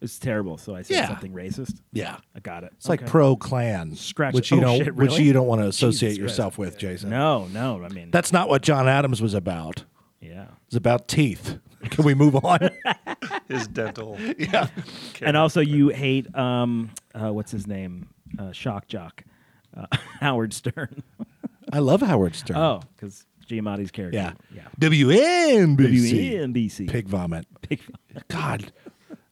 Speaker 3: It's terrible. So I said
Speaker 2: Yeah.
Speaker 3: something racist.
Speaker 2: Yeah.
Speaker 3: I got it.
Speaker 2: It's like
Speaker 3: Okay.
Speaker 2: pro clan,
Speaker 3: Scratch-
Speaker 2: which you
Speaker 3: oh,
Speaker 2: don't,
Speaker 3: shit,
Speaker 2: which
Speaker 3: really?
Speaker 2: you don't want to associate
Speaker 3: Christ.
Speaker 2: yourself with, Jason.
Speaker 3: No, no. I mean,
Speaker 2: That's not what John Adams was about.
Speaker 3: yeah.
Speaker 2: It's about teeth. Can we move on?
Speaker 4: His dental.
Speaker 2: yeah.
Speaker 3: And also, you hate um, uh, what's his name, uh, Shock Jock, uh, Howard Stern.
Speaker 2: I love Howard Stern.
Speaker 3: oh, because Giamatti's character.
Speaker 2: Yeah.
Speaker 3: yeah. E
Speaker 2: WNBC.
Speaker 3: WNBC.
Speaker 2: Pig vomit.
Speaker 3: Pig.
Speaker 2: God.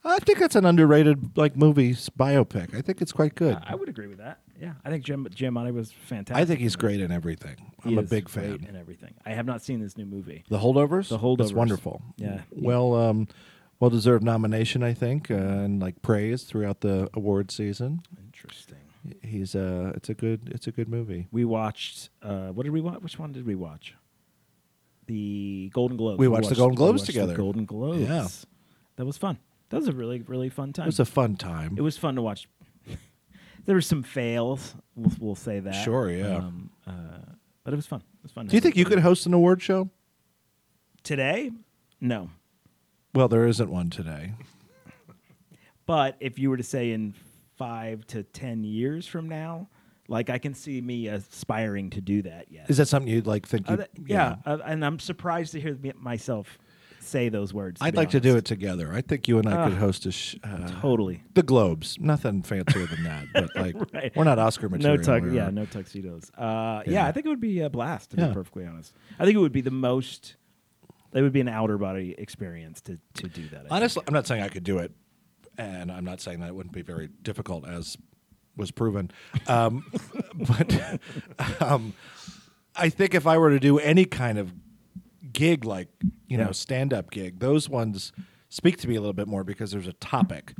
Speaker 2: I think that's an underrated like movie s- biopic. I think it's quite good.
Speaker 3: I would agree with that. Yeah, I think Jim Giamatti was fantastic.
Speaker 2: I think he's great in everything.
Speaker 3: He
Speaker 2: I'm a
Speaker 3: is
Speaker 2: big
Speaker 3: great
Speaker 2: fan.
Speaker 3: and everything. I have not seen this new movie.
Speaker 2: The holdovers?
Speaker 3: The Holdovers.
Speaker 2: It's wonderful.
Speaker 3: Yeah.
Speaker 2: Well, um, well deserved nomination, I think, uh, and like praise throughout the award season.
Speaker 3: Interesting.
Speaker 2: He's uh, it's a good, it's a good movie.
Speaker 3: We watched. Uh, what did we watch? Which one did we watch? The Golden Globes.
Speaker 2: We watched the Golden Globes
Speaker 3: watched
Speaker 2: together.
Speaker 3: The Golden Globes.
Speaker 2: Yeah.
Speaker 3: That was fun. That was a really really fun time.
Speaker 2: It was a fun time.
Speaker 3: it was fun to watch. there were some fails. We'll, we'll say that.
Speaker 2: Sure, yeah.
Speaker 3: Um, uh, but it was fun. It was fun.
Speaker 2: Do you think you could host an award show?
Speaker 3: today? No,
Speaker 2: Well, there isn't one today.
Speaker 3: but if you were to say in five to ten years from now, like I can see me aspiring to do that. Yes.
Speaker 2: Is that something you'd like think?
Speaker 3: Uh,
Speaker 2: you
Speaker 3: th- yeah, uh, and I'm surprised to hear me- myself say those words.
Speaker 2: I'd
Speaker 3: be
Speaker 2: like to do it
Speaker 3: honest. Ah.
Speaker 2: together. I think you and I could host a sh- uh,
Speaker 3: totally.
Speaker 2: the Globes. Nothing fancier than that, but like
Speaker 3: Right.
Speaker 2: we're not Oscar material.
Speaker 3: No tux,
Speaker 2: We're-
Speaker 3: yeah, no tuxedos. Uh, yeah.
Speaker 2: Yeah.
Speaker 3: I think it would be a blast. To
Speaker 2: Yeah.
Speaker 3: be perfectly honest, I think it would be the most. It would be an outer body experience to to do that. I think.
Speaker 2: Honestly, I'm not saying I could do it, and I'm not saying that it wouldn't be very difficult, as was proven. Um, but um, I think if I were to do any kind of gig, like you
Speaker 3: Yeah.
Speaker 2: know, stand up gig, those ones speak to me a little bit more because there's a topic.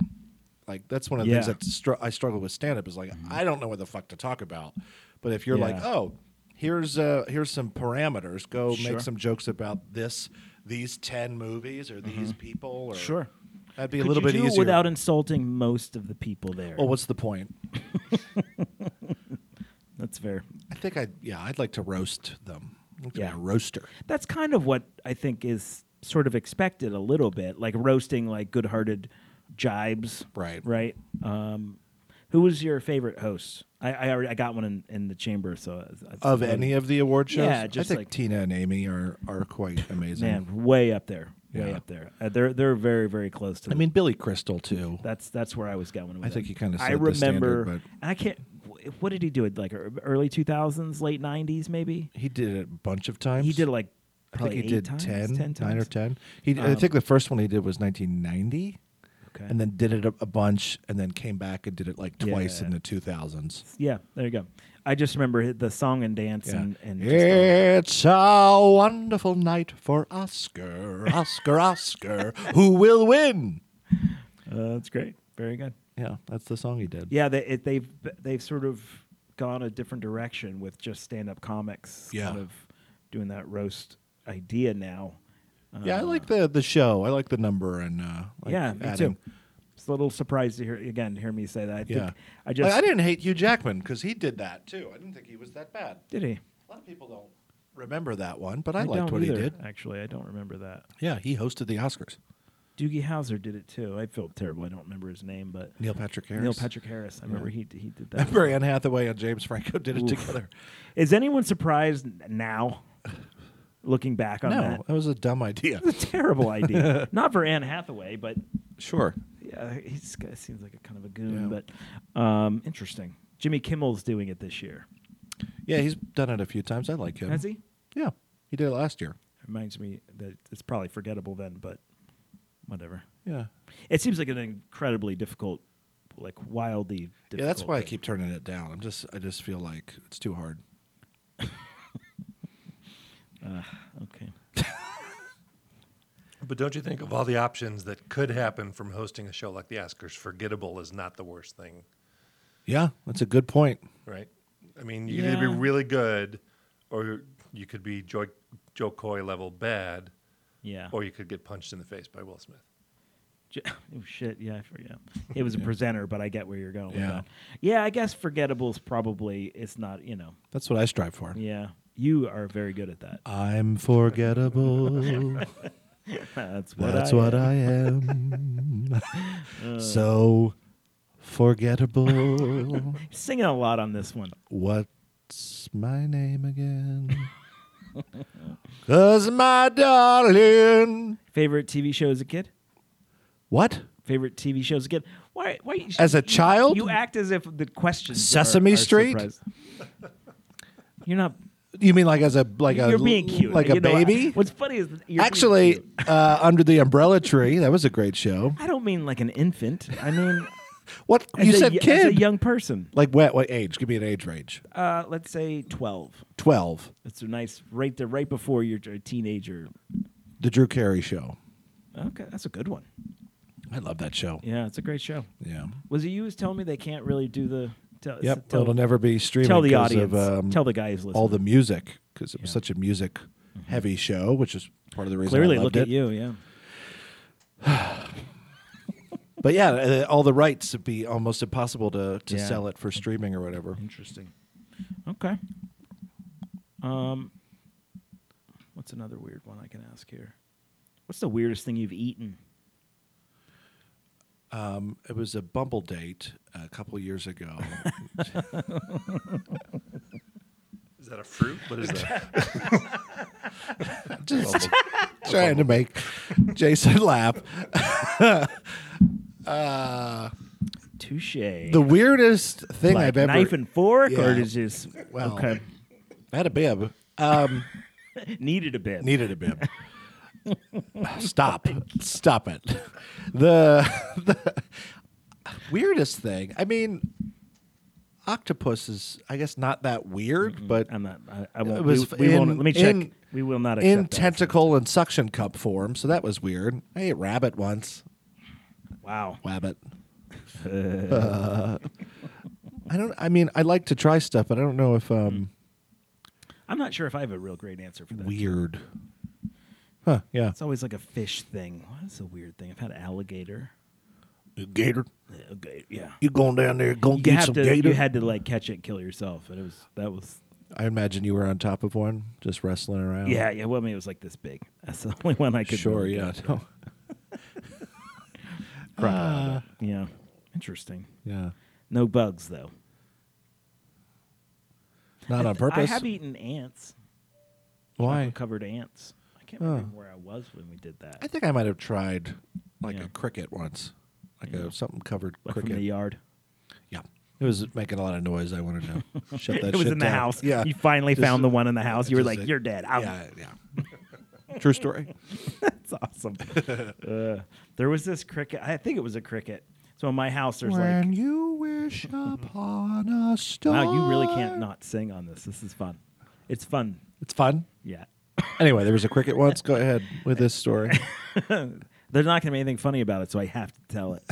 Speaker 2: Like that's one of the things
Speaker 3: Yeah. Mm-hmm.
Speaker 2: that str- I struggle with stand up is like I don't know what the fuck to talk about. But if you're like,
Speaker 3: Yeah.
Speaker 2: oh, here's uh here's some parameters, go
Speaker 3: Sure.
Speaker 2: make some jokes about this these 10 movies or these
Speaker 3: Mm-hmm.
Speaker 2: people or
Speaker 3: Sure.
Speaker 2: That'd be
Speaker 3: Could
Speaker 2: a little
Speaker 3: you
Speaker 2: bit
Speaker 3: do it
Speaker 2: easier.
Speaker 3: without insulting most of the people there.
Speaker 2: well, Oh, what's the point?
Speaker 3: that's fair.
Speaker 2: I think I yeah, I'd like to roast them. I'd like to be
Speaker 3: Yeah.
Speaker 2: a roaster.
Speaker 3: That's kind of what I think is sort of expected a little bit, like roasting like good-hearted jibes.
Speaker 2: Right.
Speaker 3: Right. Um, who was your favorite host? I I, already, I got one in, in the chamber. So uh, I- I-
Speaker 2: Of any of the award shows,
Speaker 3: Yeah,
Speaker 2: I
Speaker 3: just
Speaker 2: think
Speaker 3: like-
Speaker 2: Tina and Amy are are quite amazing.
Speaker 3: man, way up there. way
Speaker 2: Yeah.
Speaker 3: up there. Uh, they're they're very very close to.
Speaker 2: I
Speaker 3: the-
Speaker 2: mean, Billy Crystal too.
Speaker 3: that's that's where I was going. With
Speaker 2: I think
Speaker 3: it.
Speaker 2: he kinda
Speaker 3: I
Speaker 2: set the standard,
Speaker 3: remember,
Speaker 2: but-
Speaker 3: and I can't. wh- What did he do? It Like er- early two thousands, late nineties, maybe.
Speaker 2: He did it a bunch of times.
Speaker 3: He did like
Speaker 2: I think
Speaker 3: probably
Speaker 2: he
Speaker 3: eight
Speaker 2: did
Speaker 3: times,
Speaker 2: 10,
Speaker 3: 10
Speaker 2: 9 or
Speaker 3: times. Um,
Speaker 2: 10. He, I think the first one he did was 1990
Speaker 3: Okay.
Speaker 2: and then did it a, a bunch and then came back and did it like twice in
Speaker 3: Yeah.
Speaker 2: the 2000s.
Speaker 3: yeah, there you go. I just remember the song and dance and and just the-
Speaker 2: it's a wonderful night for Oscar, Oscar, Oscar. Who will win?
Speaker 3: uh, that's great. Very good.
Speaker 2: Yeah, that's the song he did.
Speaker 3: Yeah, they, it, they've they've sort of gone a different direction with just stand up comics.
Speaker 2: Yeah.
Speaker 3: Kind of doing that roast idea now.
Speaker 2: yeah, I like the the show. I like the number and uh, like
Speaker 3: yeah, me
Speaker 2: adding-
Speaker 3: too. It's a little surprised to hear again hear me say that. I
Speaker 2: Yeah,
Speaker 3: think I just
Speaker 2: Like, I didn't hate Hugh Jackman because he did that too. I didn't think he was that bad.
Speaker 3: did he.
Speaker 2: A lot of people don't remember that one, but I,
Speaker 3: don't
Speaker 2: liked what
Speaker 3: either,
Speaker 2: he did.
Speaker 3: Actually, I don't remember that.
Speaker 2: Yeah, he hosted the Oscars.
Speaker 3: Doogie Howser did it too. I feel terrible. I don't remember his name, but
Speaker 2: Neil Patrick Harris.
Speaker 3: Neil Patrick Harris. I remember he he did that.
Speaker 2: Remember Anne Hathaway and James Franco did it
Speaker 3: Oof.
Speaker 2: together.
Speaker 3: Is anyone surprised n- now, looking back on
Speaker 2: no,
Speaker 3: that?
Speaker 2: that was a dumb idea.
Speaker 3: It's a terrible idea. Not for Anne Hathaway, but
Speaker 2: sure.
Speaker 3: yeah, he's g- seems like a kind of a goon. But um, interesting. Jimmy Kimmel's doing it this year.
Speaker 2: Yeah, he's done it a few times. I like him.
Speaker 3: Has he?
Speaker 2: Yeah, he did it last year.
Speaker 3: Reminds me that it's probably forgettable then, but whatever.
Speaker 2: Yeah.
Speaker 3: It seems like an incredibly difficult, like wildly. Difficult
Speaker 2: yeah, that's why I
Speaker 3: thing.
Speaker 2: keep turning it down. I'm just, I just feel like it's too hard.
Speaker 3: Okay.
Speaker 4: But don't you think of all the options that could happen from hosting a show like the Oscars, forgettable is not the worst thing,
Speaker 2: Yeah, that's a good point.
Speaker 4: right? I mean, you could either be
Speaker 3: Yeah.
Speaker 4: really good, or you could be Joe, Joe Coy level bad,
Speaker 3: Yeah.
Speaker 4: or you could get punched in the face by Will Smith.
Speaker 3: J- oh shit! Yeah, I forget. It was a presenter, but I get where you're going.
Speaker 2: Yeah.
Speaker 3: with that. Yeah, I guess forgettable's probably it's not. You know.
Speaker 2: That's what I strive for.
Speaker 3: Yeah, you are very good at that.
Speaker 2: I'm forgettable.
Speaker 3: That's what.
Speaker 2: that's
Speaker 3: I
Speaker 2: what
Speaker 3: am.
Speaker 2: I am. Uh. so forgettable.
Speaker 3: singing a lot on this one.
Speaker 2: What's my name again? Cause my darling.
Speaker 3: Favorite TV show as a kid.
Speaker 2: What?
Speaker 3: Favorite TV show as a kid. Why? Why? You,
Speaker 2: As a
Speaker 3: you-
Speaker 2: child?
Speaker 3: you act as if the questions.
Speaker 2: Sesame
Speaker 3: are, are
Speaker 2: Street?
Speaker 3: surprised. You're not.
Speaker 2: You mean like as a like a
Speaker 3: you're being cute.
Speaker 2: like a
Speaker 3: You know, I-
Speaker 2: baby?
Speaker 3: what's funny is that you're being
Speaker 2: Actually,
Speaker 3: cute.
Speaker 2: uh, under the umbrella tree, that was a great show.
Speaker 3: I don't mean like an infant. I mean,
Speaker 2: What
Speaker 3: as
Speaker 2: you
Speaker 3: a
Speaker 2: said,
Speaker 3: y-
Speaker 2: kid?
Speaker 3: as a young person.
Speaker 2: like what? What age? Give me an age range.
Speaker 3: Uh, let's say twelve.
Speaker 2: Twelve.
Speaker 3: It's a nice right there, right before you're a teenager.
Speaker 2: The Drew Carey Show.
Speaker 3: Okay, that's a good one.
Speaker 2: I love that show.
Speaker 3: Yeah, it's a great show.
Speaker 2: Yeah.
Speaker 3: Was it you who was telling me they can't really do the? Tell,
Speaker 2: Yep.
Speaker 3: tell-
Speaker 2: It'll never be streaming.
Speaker 3: tell the
Speaker 2: 'cause
Speaker 3: audience.
Speaker 2: Of, um,
Speaker 3: tell the guy who's listening.
Speaker 2: all the music because it was
Speaker 3: Yeah. Mm-hmm.
Speaker 2: such a music heavy show, which is part of the reason.
Speaker 3: clearly
Speaker 2: I loved
Speaker 3: look at
Speaker 2: it.
Speaker 3: you. Yeah.
Speaker 2: But yeah, uh, all the rights would be almost impossible to, to
Speaker 3: Yeah.
Speaker 2: sell it for streaming or whatever.
Speaker 3: Interesting. Okay. Um, what's another weird one I can ask here? What's the weirdest thing you've eaten?
Speaker 2: It was a bumble date a couple years ago.
Speaker 4: Is that a fruit? What is that?
Speaker 2: Just trying to make Jason laugh.
Speaker 3: Touche.
Speaker 2: The weirdest thing
Speaker 3: like
Speaker 2: I've ever
Speaker 3: knife and fork, or
Speaker 2: Yeah.
Speaker 3: is just
Speaker 2: Well,
Speaker 3: okay?
Speaker 2: I had a bib. Um,
Speaker 3: Needed a bit.
Speaker 2: needed a bib. Stop. Stop it. The, the weirdest thing. I mean, octopus is, I guess, not that weird, but
Speaker 3: Mm-hmm. I'm not. I, I
Speaker 2: it
Speaker 3: won't.
Speaker 2: was
Speaker 3: we, we
Speaker 2: in,
Speaker 3: won't. Let me check.
Speaker 2: in-
Speaker 3: we will not accept
Speaker 2: in
Speaker 3: that.
Speaker 2: tentacle and suction cup form. So that was weird. I ate rabbit once.
Speaker 3: Wow.
Speaker 2: Wabbit. Uh, I don't. I mean, I like to try stuff, but I don't know if um
Speaker 3: I'm not sure if I have a real great answer for that.
Speaker 2: weird. Huh? Yeah.
Speaker 3: It's always like a fish thing. What's a weird thing? I've had alligator.
Speaker 2: Gator.
Speaker 3: Okay, yeah.
Speaker 2: You going down there? Going
Speaker 3: You have to. You had to like catch it, kill yourself, and it was that was.
Speaker 2: I imagine you were on top of one, just wrestling around.
Speaker 3: Yeah, yeah. Well, I mean, it was like this big. That's the only one I could.
Speaker 2: Oh. Sure.
Speaker 3: really
Speaker 2: Yeah.
Speaker 3: catch.
Speaker 2: No. Ah.
Speaker 3: Crocodile. yeah. Interesting.
Speaker 2: Yeah.
Speaker 3: No bugs though.
Speaker 2: Not on purpose.
Speaker 3: I have eaten ants.
Speaker 2: Why?
Speaker 3: Chocolate covered ants. I can't remember where I was when we did that.
Speaker 2: Oh. I think I might have tried like
Speaker 3: Yeah.
Speaker 2: a cricket once, like
Speaker 3: Yeah.
Speaker 2: a something covered
Speaker 3: Like
Speaker 2: cricket.
Speaker 3: from the yard.
Speaker 2: yeah, it was making a lot of noise. I wanted to shut that.
Speaker 3: it was
Speaker 2: shit
Speaker 3: in the
Speaker 2: down.
Speaker 3: house.
Speaker 2: Yeah,
Speaker 3: You finally
Speaker 2: Just-
Speaker 3: found the one in the house. You were
Speaker 2: just
Speaker 3: like, "You're dead." Out.
Speaker 2: Yeah, yeah. True story.
Speaker 3: That's awesome. uh, there was this cricket. I think it was a cricket. So in my house, there's like
Speaker 2: when you wish upon a star.
Speaker 3: Wow, you really can't not sing on this. This is fun. It's fun.
Speaker 2: It's fun.
Speaker 3: Yeah.
Speaker 2: Anyway, there was a cricket once. Go ahead with this story.
Speaker 3: There's not going to be anything funny about it, so I have to tell it.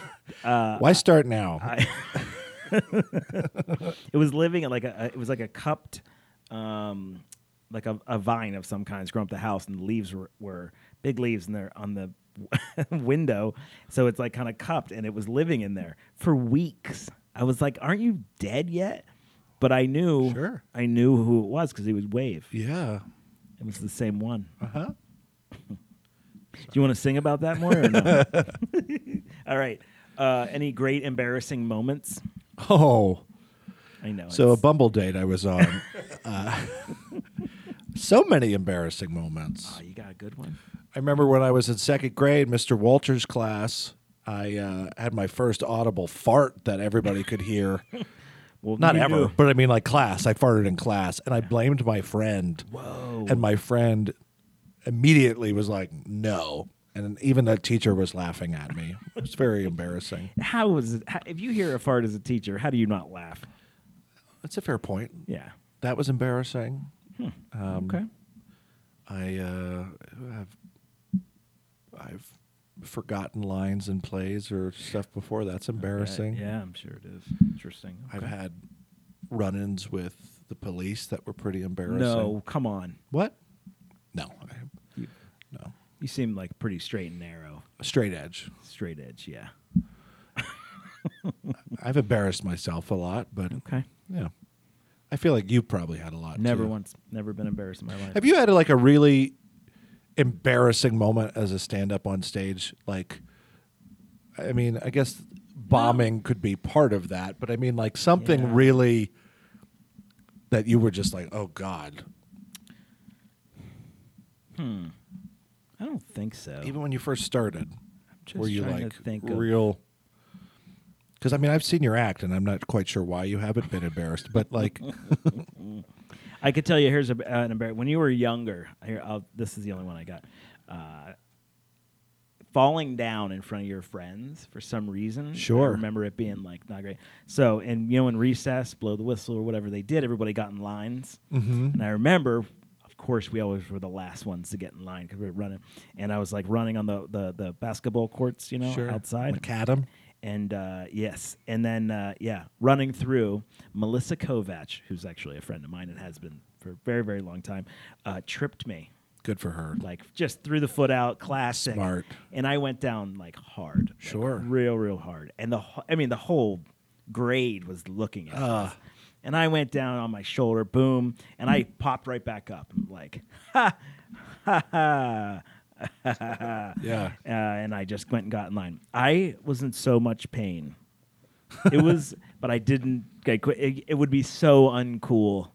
Speaker 2: Why start now?
Speaker 3: it was living at like a, a- it was like a cupped, um, like a, a vine of some kind, growing up the house, and the leaves were, were big leaves, and they're on the window, so it's like kind of cupped, and it was living in there for weeks. I was like, "Aren't you dead yet?" But I knew,
Speaker 2: Sure.
Speaker 3: I knew who it was because he was wave.
Speaker 2: yeah.
Speaker 3: It was the same one.
Speaker 2: Uh huh.
Speaker 3: Do you want to sing about that more? Or no? All right. Uh, any great embarrassing moments?
Speaker 2: Oh.
Speaker 3: I know.
Speaker 2: So a
Speaker 3: it's-
Speaker 2: bumble date I was on. uh, so many embarrassing moments.
Speaker 3: Oh, you got a good one.
Speaker 2: I remember when I was in second grade, Mr. Walters' class. I uh, had my first audible fart that everybody could hear.
Speaker 3: Well,
Speaker 2: Not
Speaker 3: you
Speaker 2: ever,
Speaker 3: knew-
Speaker 2: but I mean, like class. I farted in class, and I blamed my friend. Whoa! And my friend immediately was like, "No," and even the teacher was laughing at me. It was very embarrassing.
Speaker 3: How was it? How, if you hear a fart as a teacher, how do you not laugh?
Speaker 2: That's a fair point.
Speaker 3: Yeah. Um,
Speaker 2: That was embarrassing.
Speaker 3: okay.
Speaker 2: I uh, have I've forgotten lines in plays or stuff before. That's embarrassing.
Speaker 3: uh, Yeah, I'm sure it is. Interesting.
Speaker 2: I've
Speaker 3: Okay.
Speaker 2: had run-ins with the police that were pretty embarrassing.
Speaker 3: No, come on.
Speaker 2: What? No. I-
Speaker 3: You-
Speaker 2: no.
Speaker 3: You seem like pretty straight and narrow,
Speaker 2: Straight edge.
Speaker 3: straight edge. Yeah.
Speaker 2: I've embarrassed myself a lot, but
Speaker 3: Okay.
Speaker 2: yeah. I feel like you probably had a lot.
Speaker 3: Never
Speaker 2: too.
Speaker 3: once, never been embarrassed in my life.
Speaker 2: Have you had like a really embarrassing moment as a stand-up on stage? Like, I mean, I guess bombing could be part of that, but I mean, like something
Speaker 3: Yeah.
Speaker 2: really that you were just like, oh god.
Speaker 3: I don't think so.
Speaker 2: Even when you first started,
Speaker 3: just
Speaker 2: were you
Speaker 3: trying to
Speaker 2: like
Speaker 3: think of-
Speaker 2: real? Because I mean, I've seen your act, and I'm not quite sure why you haven't been embarrassed, but like,
Speaker 3: I could tell you here's a, an embarrassing. When you were younger, here I'll, this is the only one I got. Uh, falling down in front of your friends for some reason.
Speaker 2: Sure.
Speaker 3: I remember it being like not great. So and you know in recess, blow the whistle or whatever they did, everybody got in lines. Mm-hmm. And I remember. Of course, we always were the last ones to get in line because we were running. And I was like running on the, the, the basketball courts, you know, outside
Speaker 2: macadam.
Speaker 3: and uh, yes, and then uh, yeah, running through Melissa Kovach, who's actually a friend of mine and has been for a very very long time, uh, tripped me
Speaker 2: Good for her.
Speaker 3: like just threw the foot out, classic.
Speaker 2: Smart.
Speaker 3: And I went down like hard, like,
Speaker 2: Sure.
Speaker 3: real real hard. And the wh- I mean the whole grade was looking at us. And I went down on my shoulder, boom, and I
Speaker 2: Mm.
Speaker 3: popped right back up. I'm like, ha, ha, ha.
Speaker 2: yeah.
Speaker 3: uh, and I just went and got in line. I was in so much pain. It was, but I didn't. I quit. It, it would be so uncool,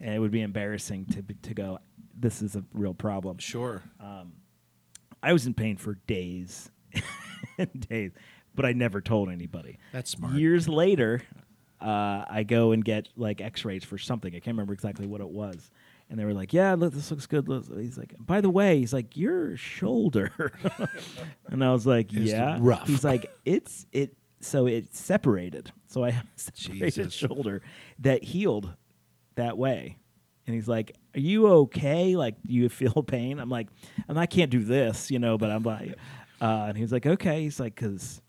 Speaker 3: and it would be embarrassing to be- to go. This is a real problem.
Speaker 2: Sure.
Speaker 3: I was in pain for days, and days, but I never told anybody.
Speaker 2: That's smart.
Speaker 3: Years later, uh, I go and get like X-rays for something. I can't remember exactly what it was, and they were like, "Yeah, look, this looks good." Look- He's like, "By the way," he's like, "Your shoulder," and I was like,
Speaker 2: It's
Speaker 3: "Yeah."
Speaker 2: rough.
Speaker 3: He's like, "It's it." So it separated. So I have a separated
Speaker 2: Jesus.
Speaker 3: shoulder that healed that way. And he's like, "Are you okay? Like, do you feel pain?" I'm like, "And I can't do this, you know." But I'm like, uh, and he's like, "Okay." He's like, "Cause,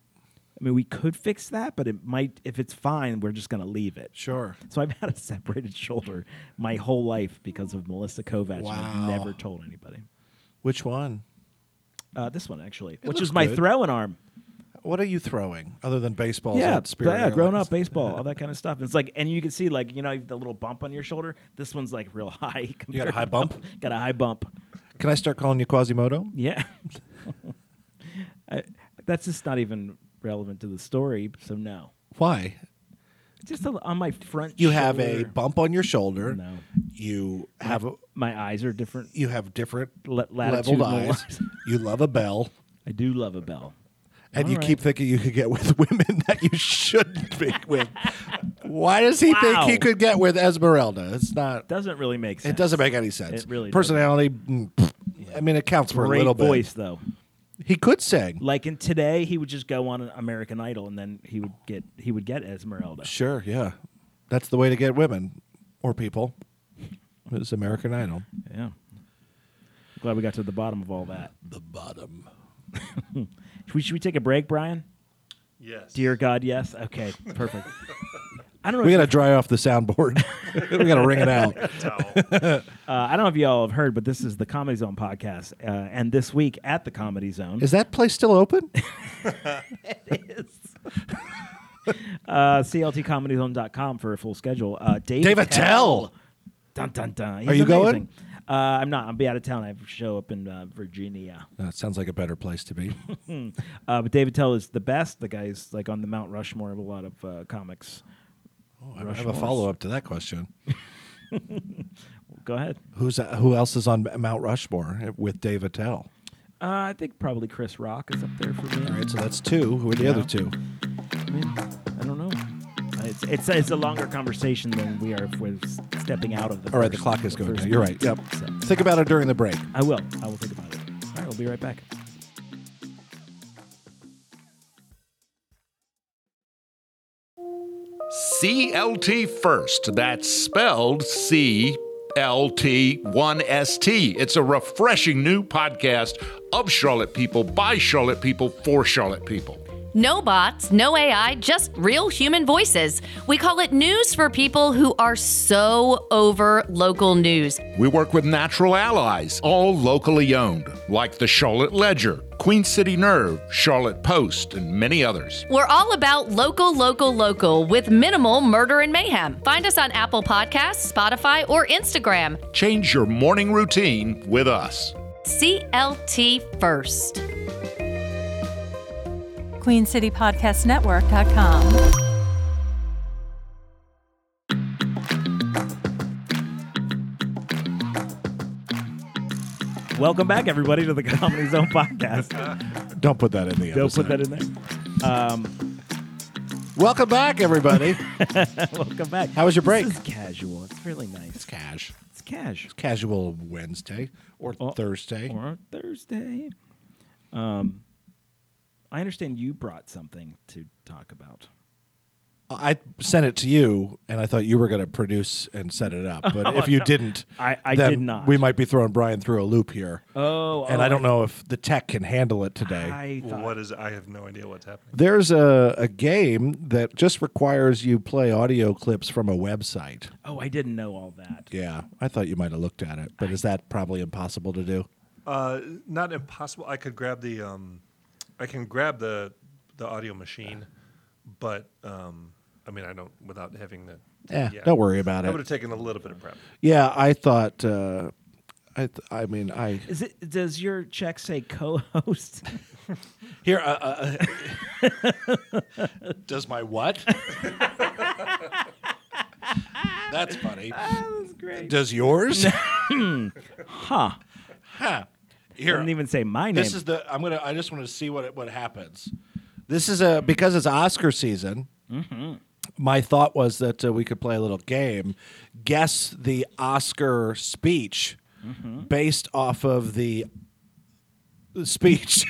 Speaker 3: I mean, we could fix that, but it might. If it's fine, we're just gonna leave it."
Speaker 2: sure.
Speaker 3: So I've had a separated shoulder my whole life because of Melissa Kovach. And
Speaker 2: Wow.
Speaker 3: I've never told anybody.
Speaker 2: Which one?
Speaker 3: Uh, this one actually,
Speaker 2: It
Speaker 3: which
Speaker 2: looks
Speaker 3: is my
Speaker 2: good.
Speaker 3: throwing arm.
Speaker 2: What are you throwing other than baseball?
Speaker 3: yeah, yeah, grown up baseball, all that kind of stuff. It's like, and you can see like you know the little bump on your shoulder. This one's like real high.
Speaker 2: You got a
Speaker 3: compared-
Speaker 2: high bump.
Speaker 3: Got a high bump.
Speaker 2: Can I start calling you Quasimodo?
Speaker 3: Yeah. I, that's just not even relevant to the story, so no.
Speaker 2: Why?
Speaker 3: Just a, on my front
Speaker 2: You have a
Speaker 3: shoulder.
Speaker 2: bump on your shoulder.
Speaker 3: No.
Speaker 2: you have a
Speaker 3: My eyes are different.
Speaker 2: you have different
Speaker 3: La-
Speaker 2: leveled
Speaker 3: latitudinal
Speaker 2: eyes.
Speaker 3: eyes.
Speaker 2: you love a bell,
Speaker 3: I do love a bell.
Speaker 2: and you
Speaker 3: All right.
Speaker 2: keep thinking you could get with women that you shouldn't be with. Why does he think he
Speaker 3: Wow.
Speaker 2: could get with Esmeralda? It's not.
Speaker 3: Doesn't really make sense.
Speaker 2: It doesn't make any sense.
Speaker 3: It really
Speaker 2: personality. mm, pff, I mean, it counts for
Speaker 3: Great
Speaker 2: a little
Speaker 3: voice though.
Speaker 2: bit. He could sing.
Speaker 3: Like in today, he would just go on American Idol, and then he would get he would get Esmeralda.
Speaker 2: Sure. Yeah, that's the way to get women or people. It's American Idol.
Speaker 3: Yeah. Glad we got to the bottom of all that.
Speaker 2: The bottom.
Speaker 3: Should we, should we take a break, Brian?
Speaker 4: Yes.
Speaker 3: Dear God, yes. Okay, perfect. I don't know.
Speaker 2: We
Speaker 3: If,
Speaker 2: gotta dry off the soundboard. we gotta wring it out.
Speaker 4: Towel.
Speaker 3: uh, I don't know if y'all have heard, but this is the Comedy Zone podcast, uh, and this week at the Comedy Zone,
Speaker 2: Is that place still open?
Speaker 3: uh, cltcomedyzone.com for a full schedule. Uh, Dave,
Speaker 2: Dave Attell.
Speaker 3: Dun dun dun.
Speaker 2: Are you going?
Speaker 3: amazing. Uh, I'm not. I'll be out of town. I have a show up in uh, Virginia.
Speaker 2: That sounds like a better place to be.
Speaker 3: Uh, but David Tell is the best. The guy's like on the Mount Rushmore of a lot of uh, comics.
Speaker 2: I have a follow up to that question.
Speaker 3: Go ahead.
Speaker 2: Who's uh, who else is on Mount Rushmore eh, with Dave Attell?
Speaker 3: Uh, I think probably Chris Rock is up there for me.
Speaker 2: All right, so that's two. Who are the other two?
Speaker 3: I, mean, I don't know. Uh, It's, it's it's a longer conversation than we are if we're s- stepping out of the.
Speaker 2: All right, the
Speaker 3: first-
Speaker 2: clock is going.
Speaker 3: first
Speaker 2: Now. You're
Speaker 3: one.
Speaker 2: right. Yep.
Speaker 3: So,
Speaker 2: Think about it during the break.
Speaker 3: I will. I will think about it. All right, we'll be right back.
Speaker 5: CLT first. That's spelled C L T 1 S T. It's a refreshing new podcast of Charlotte people, by Charlotte people, for Charlotte people.
Speaker 6: No bots, no AI, just real human voices. We call it news for people who are so over local news.
Speaker 5: We work with natural allies, all locally owned, like the Charlotte Ledger, Queen City Nerve, Charlotte Post, and many others.
Speaker 6: We're all about local, local, local with minimal murder and mayhem. Find us on Apple Podcasts, Spotify, or Instagram.
Speaker 5: Change your morning routine with us.
Speaker 6: CLT first.
Speaker 1: QueenCityPodcastNetwork.com.
Speaker 3: Welcome back, everybody, to the Comedy Zone podcast.
Speaker 2: Don't put that in the
Speaker 3: Don't
Speaker 2: episode.
Speaker 3: put that in there.
Speaker 2: Welcome back, everybody.
Speaker 3: Welcome back.
Speaker 2: How was your break?
Speaker 3: This is casual. It's really nice.
Speaker 2: it's cash.
Speaker 3: It's cash.
Speaker 2: Casual Wednesday or
Speaker 3: Oh,
Speaker 2: Thursday.
Speaker 3: or on Thursday. Um, I understand you brought something to talk about.
Speaker 2: I sent it to you, and I thought you were going to produce and set it up. But if you didn't,
Speaker 3: I- I
Speaker 2: then
Speaker 3: did not.
Speaker 2: We might be throwing Brian through a loop here.
Speaker 3: Oh,
Speaker 2: and I don't know if the tech can handle it today.
Speaker 3: I thought,
Speaker 4: what is? I have no idea what's happening.
Speaker 2: There's a, a game that just requires you play audio clips from a website.
Speaker 3: oh, I didn't know all that.
Speaker 2: Yeah, I thought you might have looked at it, but is that probably impossible to do?
Speaker 4: Uh, not impossible. I could grab the. Um, I can grab the the audio machine, but um, I mean I don't without having the.
Speaker 2: Eh, don't worry about
Speaker 4: I would
Speaker 2: it.
Speaker 4: have taken a little bit of prep.
Speaker 2: Yeah, I thought. Uh, I th- I mean, I
Speaker 3: Is it? Does your check say co-host?
Speaker 2: here. Uh, uh, does my what? That's funny.
Speaker 3: That's Ah, great. Hmm.
Speaker 2: Does yours?
Speaker 3: Huh?
Speaker 2: Huh.
Speaker 3: I
Speaker 2: Here,
Speaker 3: Didn't even say my name.
Speaker 2: This is the I'm gonna. I just want to see what what happens. This is a because it's Oscar season.
Speaker 3: Mm-hmm.
Speaker 2: My thought was that uh, we could play a little game, guess the Oscar speech
Speaker 3: Mm-hmm.
Speaker 2: based off of the speech.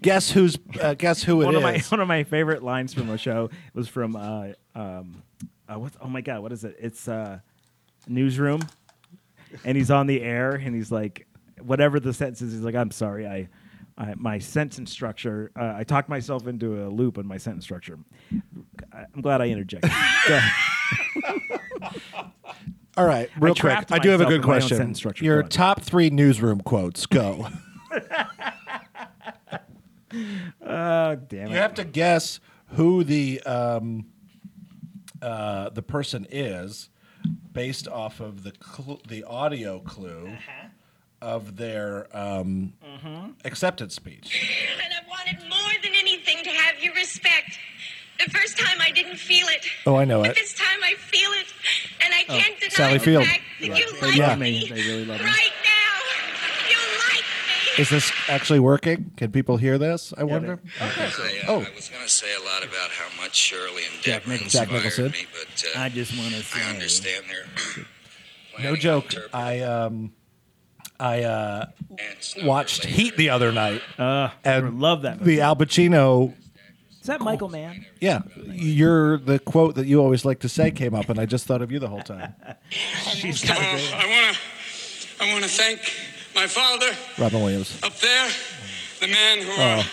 Speaker 2: guess who's uh, guess who it
Speaker 3: one
Speaker 2: is.
Speaker 3: of my one of my favorite lines from a show was from uh, um, uh, what's oh my god, what is it? It's uh, newsroom, and he's on the air, and he's like, whatever the sentence is, he's like, I'm sorry, I. I, my sentence structure. Uh, I talked myself into a loop in my sentence structure. I, I'm glad I interjected. Go ahead.
Speaker 2: All right, real quick.
Speaker 3: trapped
Speaker 2: I do have a
Speaker 3: myself
Speaker 2: good
Speaker 3: in my own
Speaker 2: question.
Speaker 3: sentence structure.
Speaker 2: Your
Speaker 3: Go on.
Speaker 2: top three newsroom quotes. Go.
Speaker 3: Uh, damn
Speaker 2: you
Speaker 3: it.
Speaker 2: have to guess who the um, uh, the person is based off of the cl- the audio clue of their um, acceptance speech.
Speaker 7: And I wanted more than anything to have your respect. The first time I didn't feel it.
Speaker 2: Oh, I know
Speaker 7: but
Speaker 2: it.
Speaker 7: This time I feel it, and I can't deny
Speaker 2: Sally
Speaker 7: the
Speaker 2: Field.
Speaker 7: fact that you
Speaker 3: Oh, They
Speaker 7: Yeah.
Speaker 3: love me. They really love me.
Speaker 7: Right now, you like me.
Speaker 2: Is this actually working? Can people hear this? I wonder.
Speaker 8: Say, uh,
Speaker 2: Oh.
Speaker 8: I was going to say a lot about how much Shirley and
Speaker 3: Jack
Speaker 8: Deborah
Speaker 3: Nich-
Speaker 2: Jack
Speaker 8: inspired
Speaker 2: Nicholson.
Speaker 8: me, but uh,
Speaker 3: I just want to
Speaker 8: I
Speaker 3: say.
Speaker 8: understand their
Speaker 2: No
Speaker 8: planning
Speaker 2: joke.
Speaker 8: on
Speaker 2: I um, I uh,
Speaker 8: turbulence, no
Speaker 2: watched
Speaker 8: relation.
Speaker 2: Heat the other night,
Speaker 3: Uh,
Speaker 2: and
Speaker 3: love that movie.
Speaker 2: the Al Pacino.
Speaker 3: Is that Michael Mann?
Speaker 2: Yeah, you're the quote that you always like to say came up, and I just thought of you the whole time,
Speaker 3: She's got a great.
Speaker 9: I want to I want to thank my father
Speaker 2: Robin Williams.
Speaker 9: up there, the man who, uh,
Speaker 2: Oh.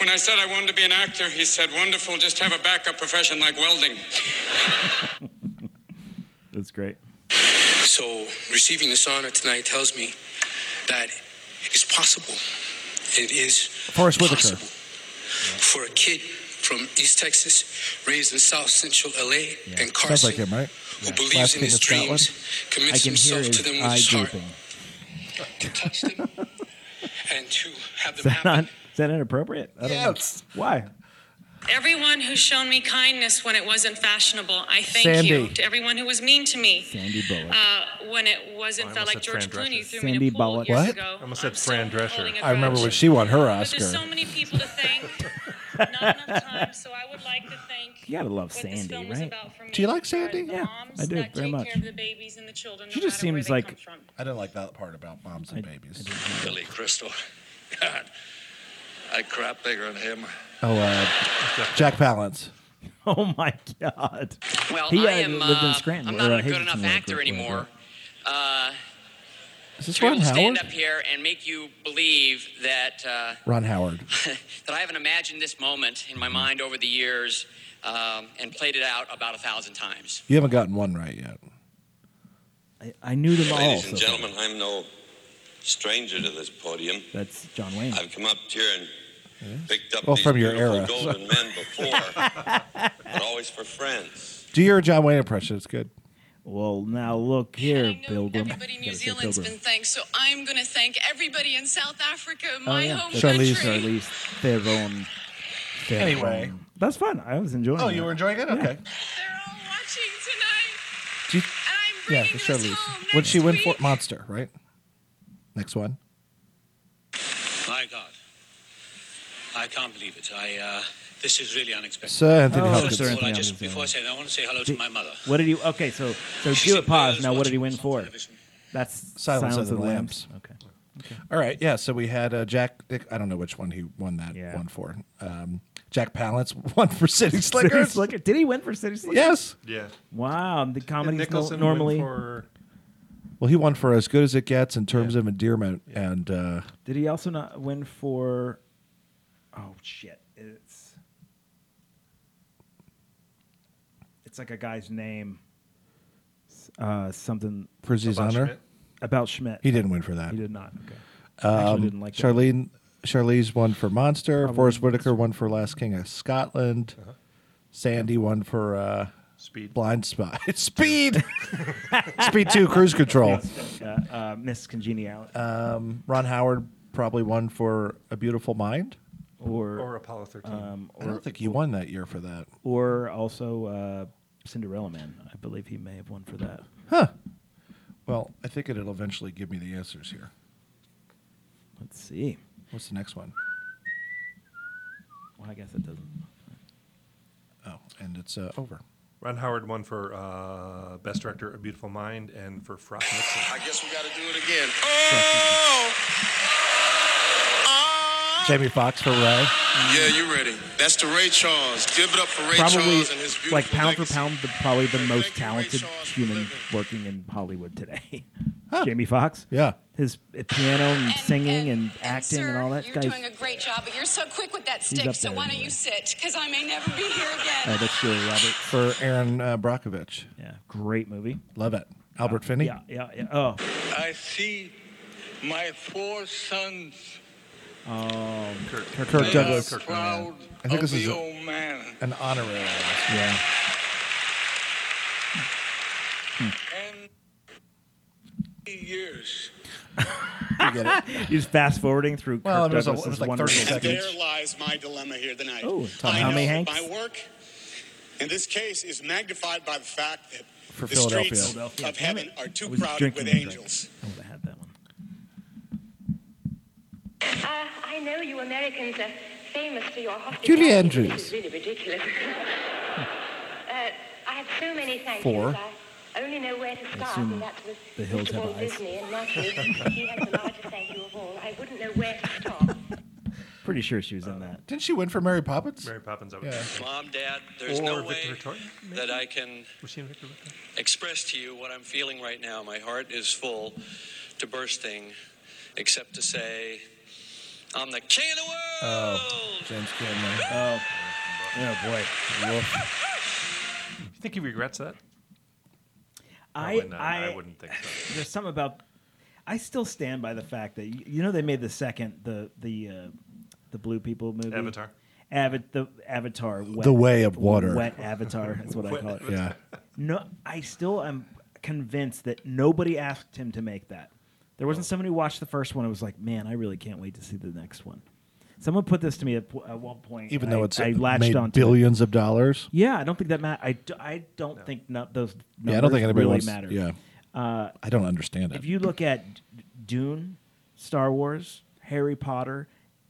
Speaker 9: when I said I wanted to be an actor, he said, "Wonderful, just have a backup profession like welding."
Speaker 3: That's great.
Speaker 9: So receiving this honor tonight tells me that it's possible. It is
Speaker 2: Forrest Whitaker.
Speaker 9: possible for a kid from East Texas, raised in South Central LA, and Carson,
Speaker 2: Sounds like him, right?
Speaker 9: who
Speaker 2: Last
Speaker 9: believes in
Speaker 2: King
Speaker 9: his
Speaker 2: of Scotland.
Speaker 9: dreams,
Speaker 3: I
Speaker 9: commits
Speaker 3: can hear
Speaker 9: himself
Speaker 3: his
Speaker 9: to them with
Speaker 3: eye
Speaker 9: his heart,
Speaker 3: drooping.
Speaker 9: to touch them, and to have
Speaker 3: Is that
Speaker 9: them happen.
Speaker 3: not? Is that inappropriate? I don't know. Why?
Speaker 10: Everyone who's shown me kindness when it wasn't fashionable, I thank you.
Speaker 2: Sandy.
Speaker 10: To everyone who was mean to me
Speaker 3: Sandy Bullock. Oh,
Speaker 10: uh, when it wasn't
Speaker 4: I
Speaker 10: felt
Speaker 4: almost
Speaker 10: like
Speaker 4: said
Speaker 10: George
Speaker 4: Fran
Speaker 10: Clooney
Speaker 4: Drescher.
Speaker 10: threw
Speaker 3: Sandy
Speaker 10: me in a pool
Speaker 3: Bullock.
Speaker 10: years
Speaker 2: What?
Speaker 10: ago.
Speaker 4: I almost said
Speaker 10: I'm still
Speaker 4: Fran Drescher.
Speaker 10: holding a
Speaker 2: I remember
Speaker 10: grudge.
Speaker 2: when she won her
Speaker 10: But there's
Speaker 2: Oscar.
Speaker 10: so many people to thank, not enough time, so I would like to thank.
Speaker 3: You gotta love
Speaker 10: what this
Speaker 3: Sandy,
Speaker 10: film was
Speaker 3: right?
Speaker 10: about for me.
Speaker 2: Do you like
Speaker 10: They are the
Speaker 2: Sandy?
Speaker 3: Yeah,
Speaker 10: moms
Speaker 3: I do,
Speaker 10: that
Speaker 3: very
Speaker 10: take
Speaker 3: much.
Speaker 10: Care of the babies and the children, no
Speaker 3: She just
Speaker 10: matter where
Speaker 3: seems
Speaker 10: they
Speaker 3: like-
Speaker 10: come from.
Speaker 2: I didn't like that part about moms and babies.
Speaker 8: Billy Crystal. God, I crap bigger than him.
Speaker 2: Oh, uh, Jack Palance.
Speaker 3: Oh my God.
Speaker 11: Well,
Speaker 3: He,
Speaker 11: I
Speaker 3: uh,
Speaker 11: am.
Speaker 3: lived in
Speaker 11: uh,
Speaker 3: Scranton,
Speaker 11: I'm
Speaker 3: or,
Speaker 11: not
Speaker 3: uh,
Speaker 11: a good
Speaker 3: Hazleton,
Speaker 11: enough
Speaker 3: where I grew
Speaker 11: actor
Speaker 3: up, where I grew
Speaker 11: anymore
Speaker 3: up.
Speaker 2: Is this
Speaker 11: to
Speaker 2: Ron
Speaker 11: stand
Speaker 2: Howard?
Speaker 11: up here and make you believe that uh,
Speaker 2: Ron Howard.
Speaker 11: that I haven't imagined this moment in my mind over the years um, and played it out about a thousand times.
Speaker 2: You haven't gotten one right yet.
Speaker 3: I, I knew them all.
Speaker 8: Ladies
Speaker 3: So
Speaker 8: and gentlemen, I'm no stranger to this podium.
Speaker 3: that's John Wayne.
Speaker 8: I've come up here and picked up
Speaker 2: Well,
Speaker 8: these
Speaker 2: from your
Speaker 8: beautiful
Speaker 2: era, so.
Speaker 8: golden men before, but always for friends.
Speaker 2: Do your John Wayne impression. It's good.
Speaker 3: Well, now look
Speaker 10: And I
Speaker 3: here,
Speaker 10: know
Speaker 3: Pilgrim.
Speaker 10: Everybody in New
Speaker 3: Gotta say
Speaker 10: Zealand's
Speaker 3: Pilgrim.
Speaker 10: been thanked, so I'm going to thank everybody in South Africa,
Speaker 3: Oh
Speaker 10: my
Speaker 3: yeah,
Speaker 10: home
Speaker 2: Charlize-
Speaker 10: country.
Speaker 3: Charlize Theron. Theron.
Speaker 2: Anyway.
Speaker 3: that's fun. I was enjoying.
Speaker 8: Oh,
Speaker 3: that.
Speaker 2: Oh, enjoying it? Okay.
Speaker 10: They're all watching tonight.
Speaker 2: Do you-
Speaker 10: And I'm
Speaker 2: yeah,
Speaker 10: bringing
Speaker 2: for
Speaker 10: this
Speaker 2: sure, Lise.
Speaker 10: home
Speaker 2: What'd
Speaker 10: next
Speaker 2: she win for?
Speaker 10: week.
Speaker 2: Monster, right? Next one.
Speaker 8: My God, I can't believe it. I uh, this is really unexpected.
Speaker 2: Sir Anthony
Speaker 3: Oh,
Speaker 2: Hopkins.
Speaker 3: Sir Anthony Hopkins, yeah.
Speaker 8: say that, I want to say hello to my mother.
Speaker 3: What did he? Okay, so so
Speaker 8: She's
Speaker 3: do
Speaker 8: in
Speaker 3: it. Pause.
Speaker 8: Wales
Speaker 3: Now, what did he
Speaker 8: watching
Speaker 3: win
Speaker 8: us on
Speaker 3: for?
Speaker 8: television.
Speaker 3: That's
Speaker 2: Silence of the Lambs.
Speaker 3: Okay.
Speaker 2: All right, yeah. So we had uh, Jack. Dick, I don't know which one he won that
Speaker 3: Yeah.
Speaker 2: one for. Um, Jack Palance won for City
Speaker 3: City
Speaker 2: Slickers.
Speaker 3: Slicker. Did he win for City Slicker?
Speaker 2: Yes.
Speaker 4: Yeah.
Speaker 3: Wow, the
Speaker 4: Did
Speaker 3: comedy
Speaker 4: Nicholson win
Speaker 3: normally.
Speaker 4: for
Speaker 2: Well, he won for As Good as It Gets in terms of endearment, and uh,
Speaker 3: Did he also not win for? Oh shit! It's it's like a guy's name. S- Uh, something
Speaker 2: for Z's
Speaker 4: Bob
Speaker 2: honor,
Speaker 4: Schmidt?
Speaker 3: about Schmidt.
Speaker 2: he Um, didn't win for that.
Speaker 3: He did not. Okay. I actually didn't like that.
Speaker 2: Charlene, Charlize won for Monster. Forrest Whitaker won for Last King of Scotland. Sandy won for uh,
Speaker 4: Speed.
Speaker 2: Blind Spot. Speed. Speed Two, Cruise Control.
Speaker 3: Uh, uh, Miss Congeniality
Speaker 2: Uh, Ron Howard probably won for A Beautiful Mind.
Speaker 3: or
Speaker 4: or Apollo 13?
Speaker 3: um,
Speaker 2: I don't think he won that year for that.
Speaker 3: or also uh, Cinderella Man. I believe he may have won for that.
Speaker 2: Well, I think it'll eventually give me the answers here.
Speaker 3: Let's see.
Speaker 2: What's the next one?
Speaker 3: Well, I guess it doesn't.
Speaker 2: Oh, and it's uh, over.
Speaker 4: Ron Howard won for uh, Best Director, A Beautiful Mind, and for Frost Nixon.
Speaker 8: I guess we got to do it again.
Speaker 9: Oh!
Speaker 2: Jamie Foxx for Ray.
Speaker 9: Yeah, you ready? That's the Ray Charles. Give it up for Ray
Speaker 3: Probably
Speaker 9: Charles and his beautiful
Speaker 3: like pound for
Speaker 9: legacy.
Speaker 3: pound, the, probably the
Speaker 9: Thank
Speaker 3: most
Speaker 9: you, Ray
Speaker 3: talented
Speaker 9: Charles, for
Speaker 3: human
Speaker 9: living.
Speaker 3: working in Hollywood today. Jamie Foxx.
Speaker 2: Yeah.
Speaker 3: His uh, piano and singing and acting
Speaker 10: sir,
Speaker 3: and all that.
Speaker 10: You're
Speaker 3: Guys,
Speaker 10: doing a great job, but you're so quick with that
Speaker 3: He's
Speaker 10: stick.
Speaker 3: up
Speaker 10: So
Speaker 3: there
Speaker 10: why don't
Speaker 3: anyway.
Speaker 10: you sit? Because I may never be here again.
Speaker 3: uh, that's Julia Roberts.
Speaker 2: For Aaron uh, Brockovich.
Speaker 3: Yeah, great movie.
Speaker 2: Love it. Albert Finney.
Speaker 3: Yeah, yeah, yeah. Oh,
Speaker 9: I see my four sons.
Speaker 2: Kirk, Douglas.
Speaker 9: proud
Speaker 2: I think this is a-
Speaker 9: man.
Speaker 2: An honorary.
Speaker 3: yeah.
Speaker 9: And years.
Speaker 2: You get it.
Speaker 3: He's fast forwarding through.
Speaker 2: Well,
Speaker 3: Kirk
Speaker 2: it was a- it was
Speaker 3: Douglas's
Speaker 2: like 30
Speaker 3: wonderful
Speaker 2: seconds.
Speaker 3: speech.
Speaker 9: There lies my dilemma here tonight.
Speaker 3: Oh, Tom
Speaker 9: I
Speaker 3: Hanks.
Speaker 9: know that
Speaker 3: Hanks.
Speaker 9: my work in this case is magnified by the fact that
Speaker 3: for
Speaker 12: the
Speaker 3: Philadelphia.
Speaker 12: streets
Speaker 3: Philadelphia.
Speaker 12: of heaven are
Speaker 3: I
Speaker 12: too
Speaker 3: was
Speaker 12: crowded
Speaker 3: drinking
Speaker 12: with
Speaker 3: the drink.
Speaker 12: angels.
Speaker 3: I would have had that one.
Speaker 7: Uh, I know you Americans are famous for your hospitality.
Speaker 2: Julie
Speaker 7: but
Speaker 2: Andrews.
Speaker 7: This is really ridiculous. uh, I have so many thank
Speaker 3: Four.
Speaker 7: yous. I only know where to start,
Speaker 3: assume
Speaker 7: and that's with
Speaker 3: the hills
Speaker 7: Mr.
Speaker 3: have
Speaker 7: Walt
Speaker 3: eyes.
Speaker 7: Disney, and naturally, he has the largest thank you of all. I wouldn't know where to stop.
Speaker 3: Pretty sure she was in
Speaker 9: Uh,
Speaker 3: that.
Speaker 13: Didn't she win for Mary Poppins?
Speaker 4: Mary Poppins, I would
Speaker 13: Yeah.
Speaker 4: think.
Speaker 8: Mom, Dad, there's
Speaker 4: Or
Speaker 8: no
Speaker 4: Victor
Speaker 8: way
Speaker 4: Victoria, maybe?
Speaker 8: that I can
Speaker 4: Was she in Victor Victoria?
Speaker 8: express to you what I'm feeling right now. My heart is full to bursting, except to say, I'm the king of the world.
Speaker 13: Oh, James Cameron.
Speaker 3: Oh, oh boy.
Speaker 4: You think he regrets that?
Speaker 3: I,
Speaker 4: Probably not.
Speaker 3: I,
Speaker 4: Oh, I wouldn't think so.
Speaker 3: There's something about. I still stand by the fact that you, you know they made the second the the uh, the blue people movie
Speaker 4: Avatar.
Speaker 3: Ava, the Avatar. Wet,
Speaker 2: The Way of Water.
Speaker 3: Wet Avatar. That's what I
Speaker 2: Wet
Speaker 3: call it.
Speaker 2: Avatar.
Speaker 3: No, I still am convinced that nobody asked him to make that. There wasn't somebody who watched the first one. It was like, man, I really can't wait to see the next one. Someone put this to me at, po- at one point.
Speaker 2: Even
Speaker 3: and
Speaker 2: though
Speaker 3: I-
Speaker 2: it's
Speaker 3: I
Speaker 2: made
Speaker 3: latched onto it.
Speaker 2: billions of dollars.
Speaker 3: Yeah, I don't think that matters. I, d- I don't think not those numbers
Speaker 2: Yeah, I don't think anybody
Speaker 3: really
Speaker 2: wants-
Speaker 3: matter.
Speaker 2: yeah.
Speaker 3: Uh,
Speaker 2: I don't understand it.
Speaker 3: If you look at D- Dune, Star Wars, Harry Potter,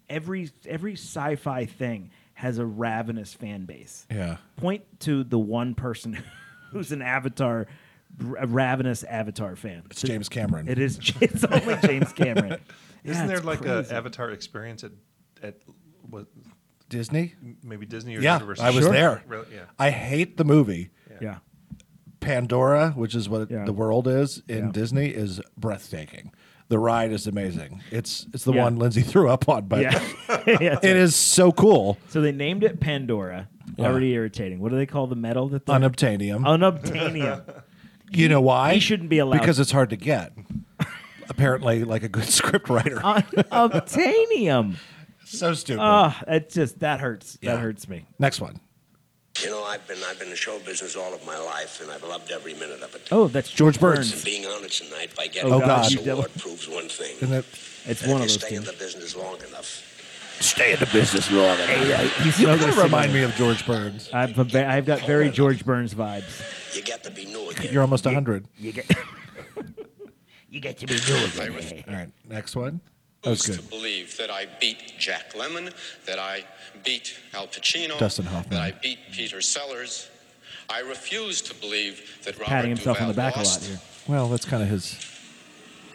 Speaker 3: every every sci-fi thing has a ravenous fan base.
Speaker 2: Yeah.
Speaker 3: Point to the one person who's an avatar r- a ravenous avatar fan. It's
Speaker 2: James Cameron.
Speaker 3: It is it's only James Cameron.
Speaker 4: Isn't
Speaker 3: Yeah,
Speaker 4: there
Speaker 3: it's
Speaker 4: like an
Speaker 3: crazy.
Speaker 4: Avatar experience at at what,
Speaker 2: Disney?
Speaker 4: Maybe Disney or
Speaker 2: yeah,
Speaker 4: Universal?
Speaker 2: I was there.
Speaker 4: Really? Yeah.
Speaker 2: I hate the movie.
Speaker 3: Yeah.
Speaker 2: Pandora, which is what the world is in
Speaker 3: Yeah.
Speaker 2: Disney, is breathtaking. The ride is amazing. It's it's the
Speaker 3: Yeah.
Speaker 2: one Lindsay threw up on, but
Speaker 3: Yeah. Yeah,
Speaker 2: it is so cool.
Speaker 3: So they named it Pandora.
Speaker 2: Yeah.
Speaker 3: Already irritating. What do they call the metal that they
Speaker 2: Unobtainium.
Speaker 3: Unobtainium.
Speaker 2: You know why?
Speaker 3: He shouldn't be allowed
Speaker 2: because it's hard to get. Apparently, like a good script writer.
Speaker 3: Uh, Unobtainium.
Speaker 2: So stupid.
Speaker 3: Oh, it just that hurts.
Speaker 2: Yeah.
Speaker 3: That hurts me.
Speaker 2: Next one.
Speaker 9: You know, I've been I've been in show business all of my life, and I've loved every minute of it.
Speaker 3: Oh, that's George Burns.
Speaker 9: And being honored tonight by getting
Speaker 2: Oh, God.
Speaker 9: this
Speaker 2: You devil.
Speaker 9: award proves one thing.
Speaker 2: Isn't it- It's
Speaker 9: that
Speaker 2: one
Speaker 9: if
Speaker 2: of those
Speaker 9: you stay in
Speaker 2: things.
Speaker 9: the business long enough.
Speaker 2: Stay in the business long
Speaker 9: enough.
Speaker 2: you
Speaker 9: You
Speaker 2: kind
Speaker 9: kinda
Speaker 2: of remind me of George Burns.
Speaker 3: I've a ve- I've got very George Burns vibes.
Speaker 9: You got to be new again.
Speaker 2: You're almost 100.
Speaker 3: You get you get to
Speaker 2: All right, next one. That was good.
Speaker 14: to believe that I beat Jack Lemon, that I beat Al Pacino,
Speaker 2: Dustin Hoffman.
Speaker 14: that I beat Peter Sellers. I refuse to believe that Robert
Speaker 2: Patting himself on
Speaker 14: Duvall
Speaker 2: the back a lot
Speaker 14: lost.
Speaker 2: here. Well, that's kind of his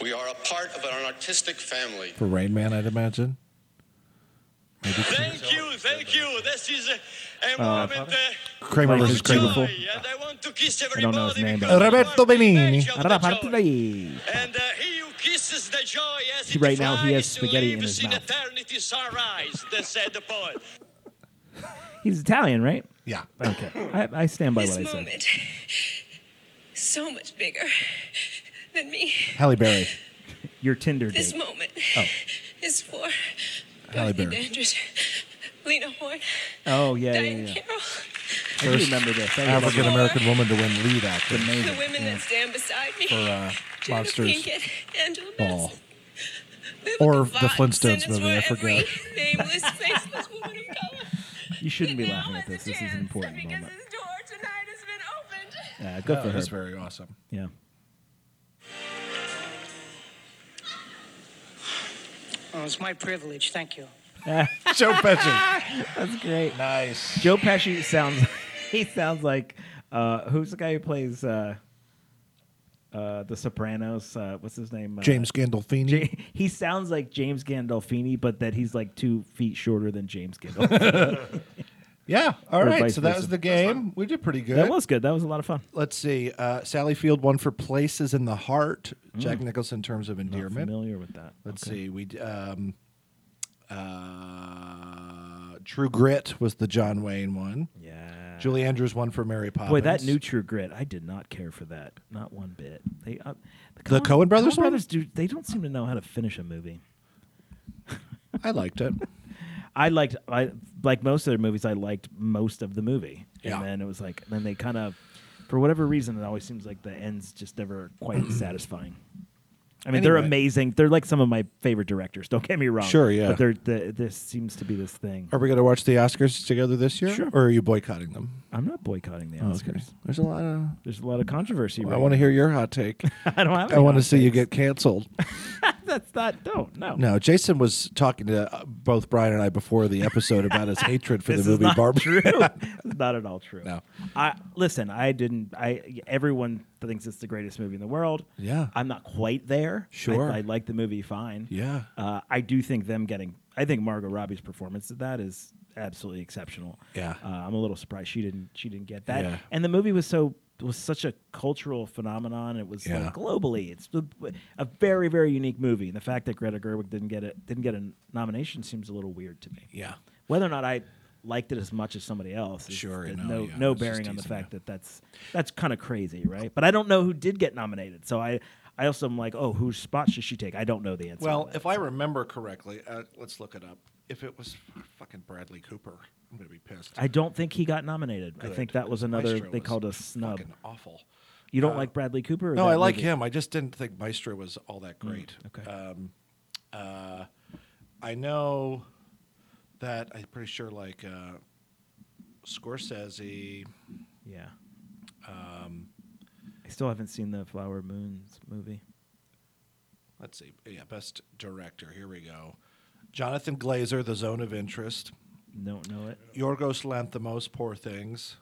Speaker 14: We are a part of an artistic family.
Speaker 2: for Rain Man, I'd imagine. Maybe
Speaker 14: Thank you, thank you. This is a, a
Speaker 2: Uh,
Speaker 14: moment.
Speaker 2: Kramer
Speaker 3: Life
Speaker 2: versus
Speaker 3: is
Speaker 2: Kramer.
Speaker 3: beautiful. I don't know his name. But
Speaker 2: Roberto Benigni.
Speaker 3: Roberto Benigni.
Speaker 9: uh,
Speaker 3: See, right now he has spaghetti in his mouth. He's Italian, right?
Speaker 2: Yeah.
Speaker 3: Okay. I, I stand by
Speaker 7: this
Speaker 3: what I said.
Speaker 7: moment, so much bigger than me.
Speaker 2: Halle Berry.
Speaker 3: Your Tinder
Speaker 7: This
Speaker 3: date.
Speaker 7: moment
Speaker 2: Oh.
Speaker 7: is for
Speaker 2: Halle
Speaker 7: Dorothy
Speaker 2: Berry.
Speaker 7: Dandridge, Lena Horne,
Speaker 3: Oh yeah, yeah,
Speaker 7: Diane
Speaker 3: yeah.
Speaker 7: Carroll,
Speaker 3: I do remember this. I remember
Speaker 2: African American woman to win lead actor.
Speaker 7: the women that stand beside me,
Speaker 2: For uh,
Speaker 7: Jada
Speaker 2: Monsters
Speaker 7: Pinkett, Angela
Speaker 2: Ball.
Speaker 7: Bassett,
Speaker 2: Or
Speaker 7: Vivica
Speaker 2: the
Speaker 7: Fox, and
Speaker 2: Flintstones
Speaker 7: it's
Speaker 2: movie, I
Speaker 7: for every
Speaker 2: forgot.
Speaker 7: Nameless, faceless woman of color.
Speaker 3: You shouldn't be laughing at this. This is an important moment. Uh, good
Speaker 2: Oh,
Speaker 3: for her.
Speaker 2: That's very awesome.
Speaker 3: Yeah.
Speaker 15: Oh, it's my privilege. Thank you.
Speaker 2: Joe Pesci.
Speaker 3: That's great.
Speaker 2: Nice.
Speaker 3: Joe Pesci sounds. He sounds like uh, who's the guy who plays uh, uh, the Sopranos? Uh, what's his name? Uh,
Speaker 2: James Gandolfini.
Speaker 3: Ja- he sounds like James Gandolfini, but that he's like two feet shorter than James Gandolfini.
Speaker 2: Yeah. All
Speaker 3: Or
Speaker 2: right.
Speaker 3: vice
Speaker 2: So that was
Speaker 3: versa.
Speaker 2: the game. We did pretty good.
Speaker 3: That was good. That was a lot of fun.
Speaker 2: Let's see. Uh, Sally Field won for Places in the Heart. Jack
Speaker 3: Mm.
Speaker 2: Nicholson, Terms of Endearment.
Speaker 3: familiar with that.
Speaker 2: Let's
Speaker 3: Okay.
Speaker 2: see. We d- um, uh, True Grit was the John Wayne one.
Speaker 3: Yeah.
Speaker 2: Julie Andrews won for Mary Poppins.
Speaker 3: Boy, that new True Grit, I did not care for that, not one bit. They uh,
Speaker 2: The Coen brothers
Speaker 3: Coen
Speaker 2: one?
Speaker 3: brothers do. They don't seem to know how to finish a movie.
Speaker 2: I liked it.
Speaker 3: I liked I like most of their movies. I liked most of the movie,
Speaker 2: Yeah.
Speaker 3: and then it was like then they kind of, for whatever reason, it always seems like the ends just never quite satisfying. I mean, they're
Speaker 2: Anyway.
Speaker 3: amazing. They're like some of my favorite directors. Don't get me wrong.
Speaker 2: Sure, yeah.
Speaker 3: But they're, the, this seems to be this thing.
Speaker 2: Are we going to watch the Oscars together this year? Sure. Or are you boycotting them?
Speaker 3: I'm not boycotting the
Speaker 2: Oh, okay.
Speaker 3: Oscars.
Speaker 2: There's a lot of
Speaker 3: there's a lot of controversy.
Speaker 2: I want to hear your hot take.
Speaker 3: I don't have
Speaker 2: I
Speaker 3: any
Speaker 2: want to
Speaker 3: hot
Speaker 2: see you get canceled.
Speaker 3: That's not. Don't no.
Speaker 2: No, Jason was talking to uh, both Brian and I before the episode about his hatred for the
Speaker 3: This is
Speaker 2: movie
Speaker 3: not
Speaker 2: Barbie.
Speaker 3: True. It's not at all true. No. I listen. I didn't. I everyone thinks it's the greatest movie in the world.
Speaker 2: Yeah.
Speaker 3: I'm not quite there. I-
Speaker 2: Sure.
Speaker 3: I, like the movie fine.
Speaker 2: Yeah.
Speaker 3: Uh, I do think them getting. I think Margot Robbie's performance at that is absolutely exceptional.
Speaker 2: Yeah.
Speaker 3: Uh, I'm a little surprised she didn't. She didn't get that.
Speaker 2: Yeah.
Speaker 3: And the movie was so was such a cultural phenomenon. It was
Speaker 2: Yeah.
Speaker 3: like globally, it's the- a very very unique movie. And the fact that Greta Gerwig didn't get it didn't get a nomination seems a little weird to me.
Speaker 2: Yeah.
Speaker 3: Whether or not I liked it as much as somebody else, is-
Speaker 2: Sure,
Speaker 3: there's
Speaker 2: no,
Speaker 3: no
Speaker 2: yeah,
Speaker 3: no
Speaker 2: it's just
Speaker 3: bearing on the
Speaker 2: teasing,
Speaker 3: fact that that's that's kind of crazy, right? But I don't know who did get nominated, so I I also am like, oh, whose spot should she take? I don't know the answer. to
Speaker 2: Well,
Speaker 3: that.
Speaker 2: if I remember correctly, uh, let's look it up. If it was fucking Bradley Cooper, I'm going to be pissed.
Speaker 3: I don't think he got nominated. I
Speaker 2: Good.
Speaker 3: think that was another
Speaker 2: Maestro
Speaker 3: they
Speaker 2: was
Speaker 3: called a snub.
Speaker 2: fucking awful.
Speaker 3: You don't
Speaker 2: Uh,
Speaker 3: like Bradley Cooper? Or
Speaker 2: No,
Speaker 3: that
Speaker 2: I like
Speaker 3: movie? Mm,
Speaker 2: him. I just didn't think Maestro was all that great.
Speaker 3: okay.
Speaker 2: Um, uh, I know that I'm pretty sure like uh, Scorsese.
Speaker 3: Yeah.
Speaker 2: Um,
Speaker 3: I still haven't seen the Flower Moons movie.
Speaker 2: let's see. Yeah, best director. Here we go. Jonathan Glazer, The Zone of Interest.
Speaker 3: Don't know it.
Speaker 2: Yorgos Lanthimos, Poor Things.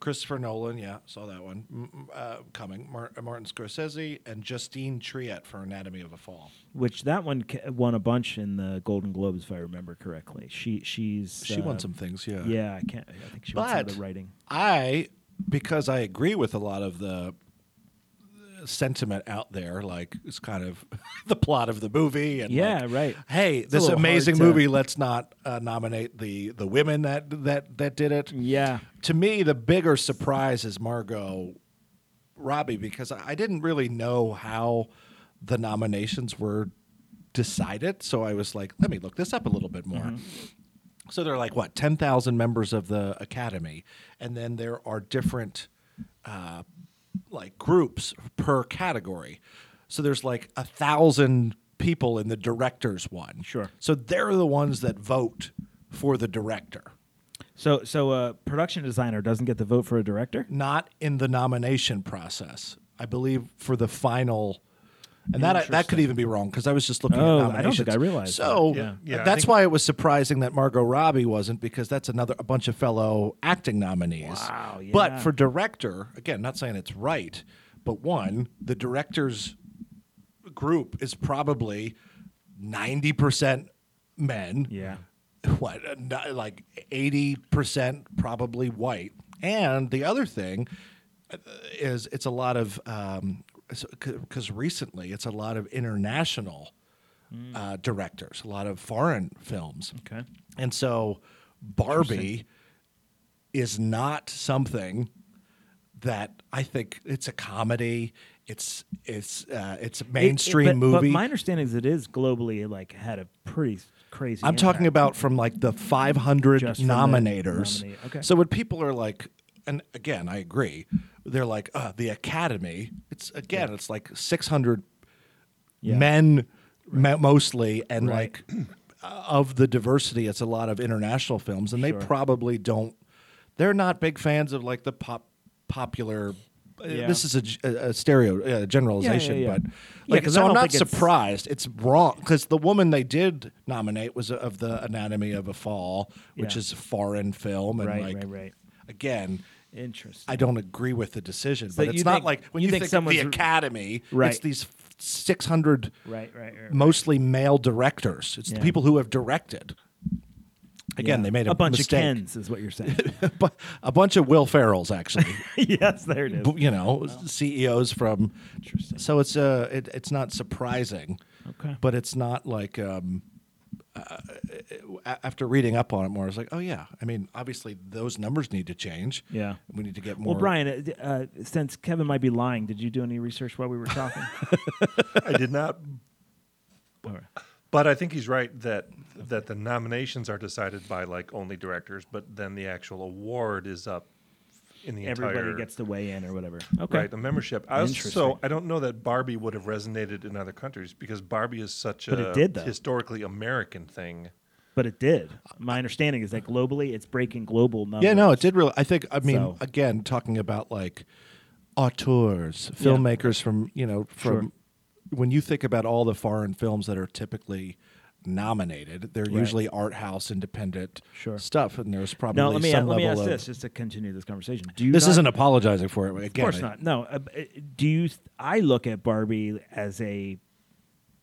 Speaker 2: Christopher Nolan, yeah, saw that one M- m- uh, coming. Mar- Martin Scorsese and Justine Triet for Anatomy of a Fall.
Speaker 3: Which that one ca- won a bunch in the Golden Globes, if I remember correctly. She she's
Speaker 2: She won
Speaker 3: uh,
Speaker 2: some things, yeah.
Speaker 3: Yeah, I can't. I think she won some of the writing.
Speaker 2: I, because I agree with a lot of the uh, sentiment out there, like it's kind of the plot of the movie, and
Speaker 3: Yeah,
Speaker 2: like,
Speaker 3: right.
Speaker 2: Hey,
Speaker 3: It's a
Speaker 2: this
Speaker 3: little hard
Speaker 2: amazing
Speaker 3: to-
Speaker 2: movie. Let's not uh, nominate the the women that that that did it.
Speaker 3: Yeah.
Speaker 2: To me, the bigger surprise is Margot Robbie because I I didn't really know how the nominations were decided, so I was like, let me look this up a little bit more. So there are like what ten thousand members of the academy, and then there are different uh, like groups per category. So there's like a thousand people in the directors one. Sure. So they're the ones that vote for the director,
Speaker 3: So so a production designer doesn't get the vote for a director.
Speaker 2: not in the nomination process. I believe for the final. And that that could
Speaker 3: Interesting.
Speaker 2: even be wrong because I was just looking
Speaker 3: Oh, I
Speaker 2: at
Speaker 3: don't think
Speaker 2: nominations.
Speaker 3: I realized
Speaker 2: So
Speaker 3: that. Yeah. Yeah, I
Speaker 2: that's
Speaker 3: think-
Speaker 2: why it was surprising that Margot Robbie wasn't because that's another a bunch of fellow acting nominees.
Speaker 3: Wow,
Speaker 2: But
Speaker 3: yeah.
Speaker 2: for director, again, not saying it's right, but one, the director's group is probably 90% men.
Speaker 3: Yeah.
Speaker 2: What, uh, not- like 80% probably white. And the other thing uh, is it's a lot of, um, because recently it's a lot of international uh, directors, a lot of foreign films.
Speaker 3: Hmm. Okay.
Speaker 2: And so Barbie is not something that I think it's a comedy. It's it's uh, it's a mainstream
Speaker 3: It- it- but-
Speaker 2: movie.
Speaker 3: But my understanding is it is globally like had a pretty crazy.
Speaker 2: I'm talking
Speaker 3: impact.
Speaker 2: about from like the 500
Speaker 3: Just from the
Speaker 2: nominators.
Speaker 3: nominee, okay.
Speaker 2: So when people are like, and again, I agree, they're like, uh, the Academy. It's again, it's like 600
Speaker 3: Yeah.
Speaker 2: men mo- mostly, and
Speaker 3: Right.
Speaker 2: like uh, of the diversity, it's a lot of international films, and
Speaker 3: Sure.
Speaker 2: they probably don't. They're not big fans of like the pop popular. uh,
Speaker 3: Yeah.
Speaker 2: This is a, g- a- a stereo uh, generalization,
Speaker 3: yeah.
Speaker 2: but
Speaker 3: Yeah,
Speaker 2: like,
Speaker 3: 'cause I
Speaker 2: so I'm
Speaker 3: don't
Speaker 2: not
Speaker 3: think it's-
Speaker 2: surprised surprised. It's wrong because the woman they did nominate was of the Anatomy of a Fall, which
Speaker 3: Yeah.
Speaker 2: is a foreign film, and
Speaker 3: Right,
Speaker 2: like
Speaker 3: right, right.
Speaker 2: again,
Speaker 3: Interesting.
Speaker 2: I don't agree with the decision,
Speaker 3: So
Speaker 2: but it's
Speaker 3: you
Speaker 2: not
Speaker 3: think-
Speaker 2: like when
Speaker 3: you
Speaker 2: you,
Speaker 3: think
Speaker 2: think, of the
Speaker 3: someone's-
Speaker 2: Academy, it's
Speaker 3: Right.
Speaker 2: these six hundred
Speaker 3: Right, right, right, right.
Speaker 2: mostly male directors. It's
Speaker 3: Yeah.
Speaker 2: the people who have directed. Again,
Speaker 3: Yeah.
Speaker 2: they made a,
Speaker 3: a bunch
Speaker 2: mistake.
Speaker 3: of Kens, is what you're saying.
Speaker 2: Bu- a bunch of Will Ferrells, actually.
Speaker 3: yes, there it is.
Speaker 2: b- you know CEOs from. So it's uh it, it's not surprising.
Speaker 3: Okay.
Speaker 2: But it's not like um, uh, a- after reading up on it more, I was like, oh yeah. I mean, obviously those numbers need to change.
Speaker 3: Yeah.
Speaker 2: We need to get more.
Speaker 3: Well, Brian, uh, uh, since Kevin might be lying, did you do any research while we were talking?
Speaker 4: I did not. But I think he's right that that the nominations are decided by like only directors, but then the actual award is up in the
Speaker 3: Everybody
Speaker 4: entire-
Speaker 3: gets to weigh in or whatever. Okay.
Speaker 4: Right, a membership. I also,
Speaker 3: Interesting.
Speaker 4: so I don't know that Barbie would have resonated in other countries because Barbie is such
Speaker 3: But
Speaker 4: a
Speaker 3: it did, though.
Speaker 4: historically American thing.
Speaker 3: But it did. My understanding is that globally, it's breaking global numbers.
Speaker 2: Yeah, no, it did really. I think. I mean,
Speaker 3: So-
Speaker 2: again, talking about like auteurs, filmmakers from you know from
Speaker 3: Sure.
Speaker 2: when you think about all the foreign films that are typically nominated, they're
Speaker 3: Right.
Speaker 2: usually art house, independent stuff, and there's probably
Speaker 3: No, let me
Speaker 2: some
Speaker 3: let me
Speaker 2: level
Speaker 3: ask
Speaker 2: of.
Speaker 3: this just to continue this conversation. Do you
Speaker 2: This
Speaker 3: not-
Speaker 2: isn't apologizing for it,
Speaker 3: Of
Speaker 2: again,
Speaker 3: course
Speaker 2: I-
Speaker 3: not. No, uh, b- uh, do you? th- I look at Barbie as a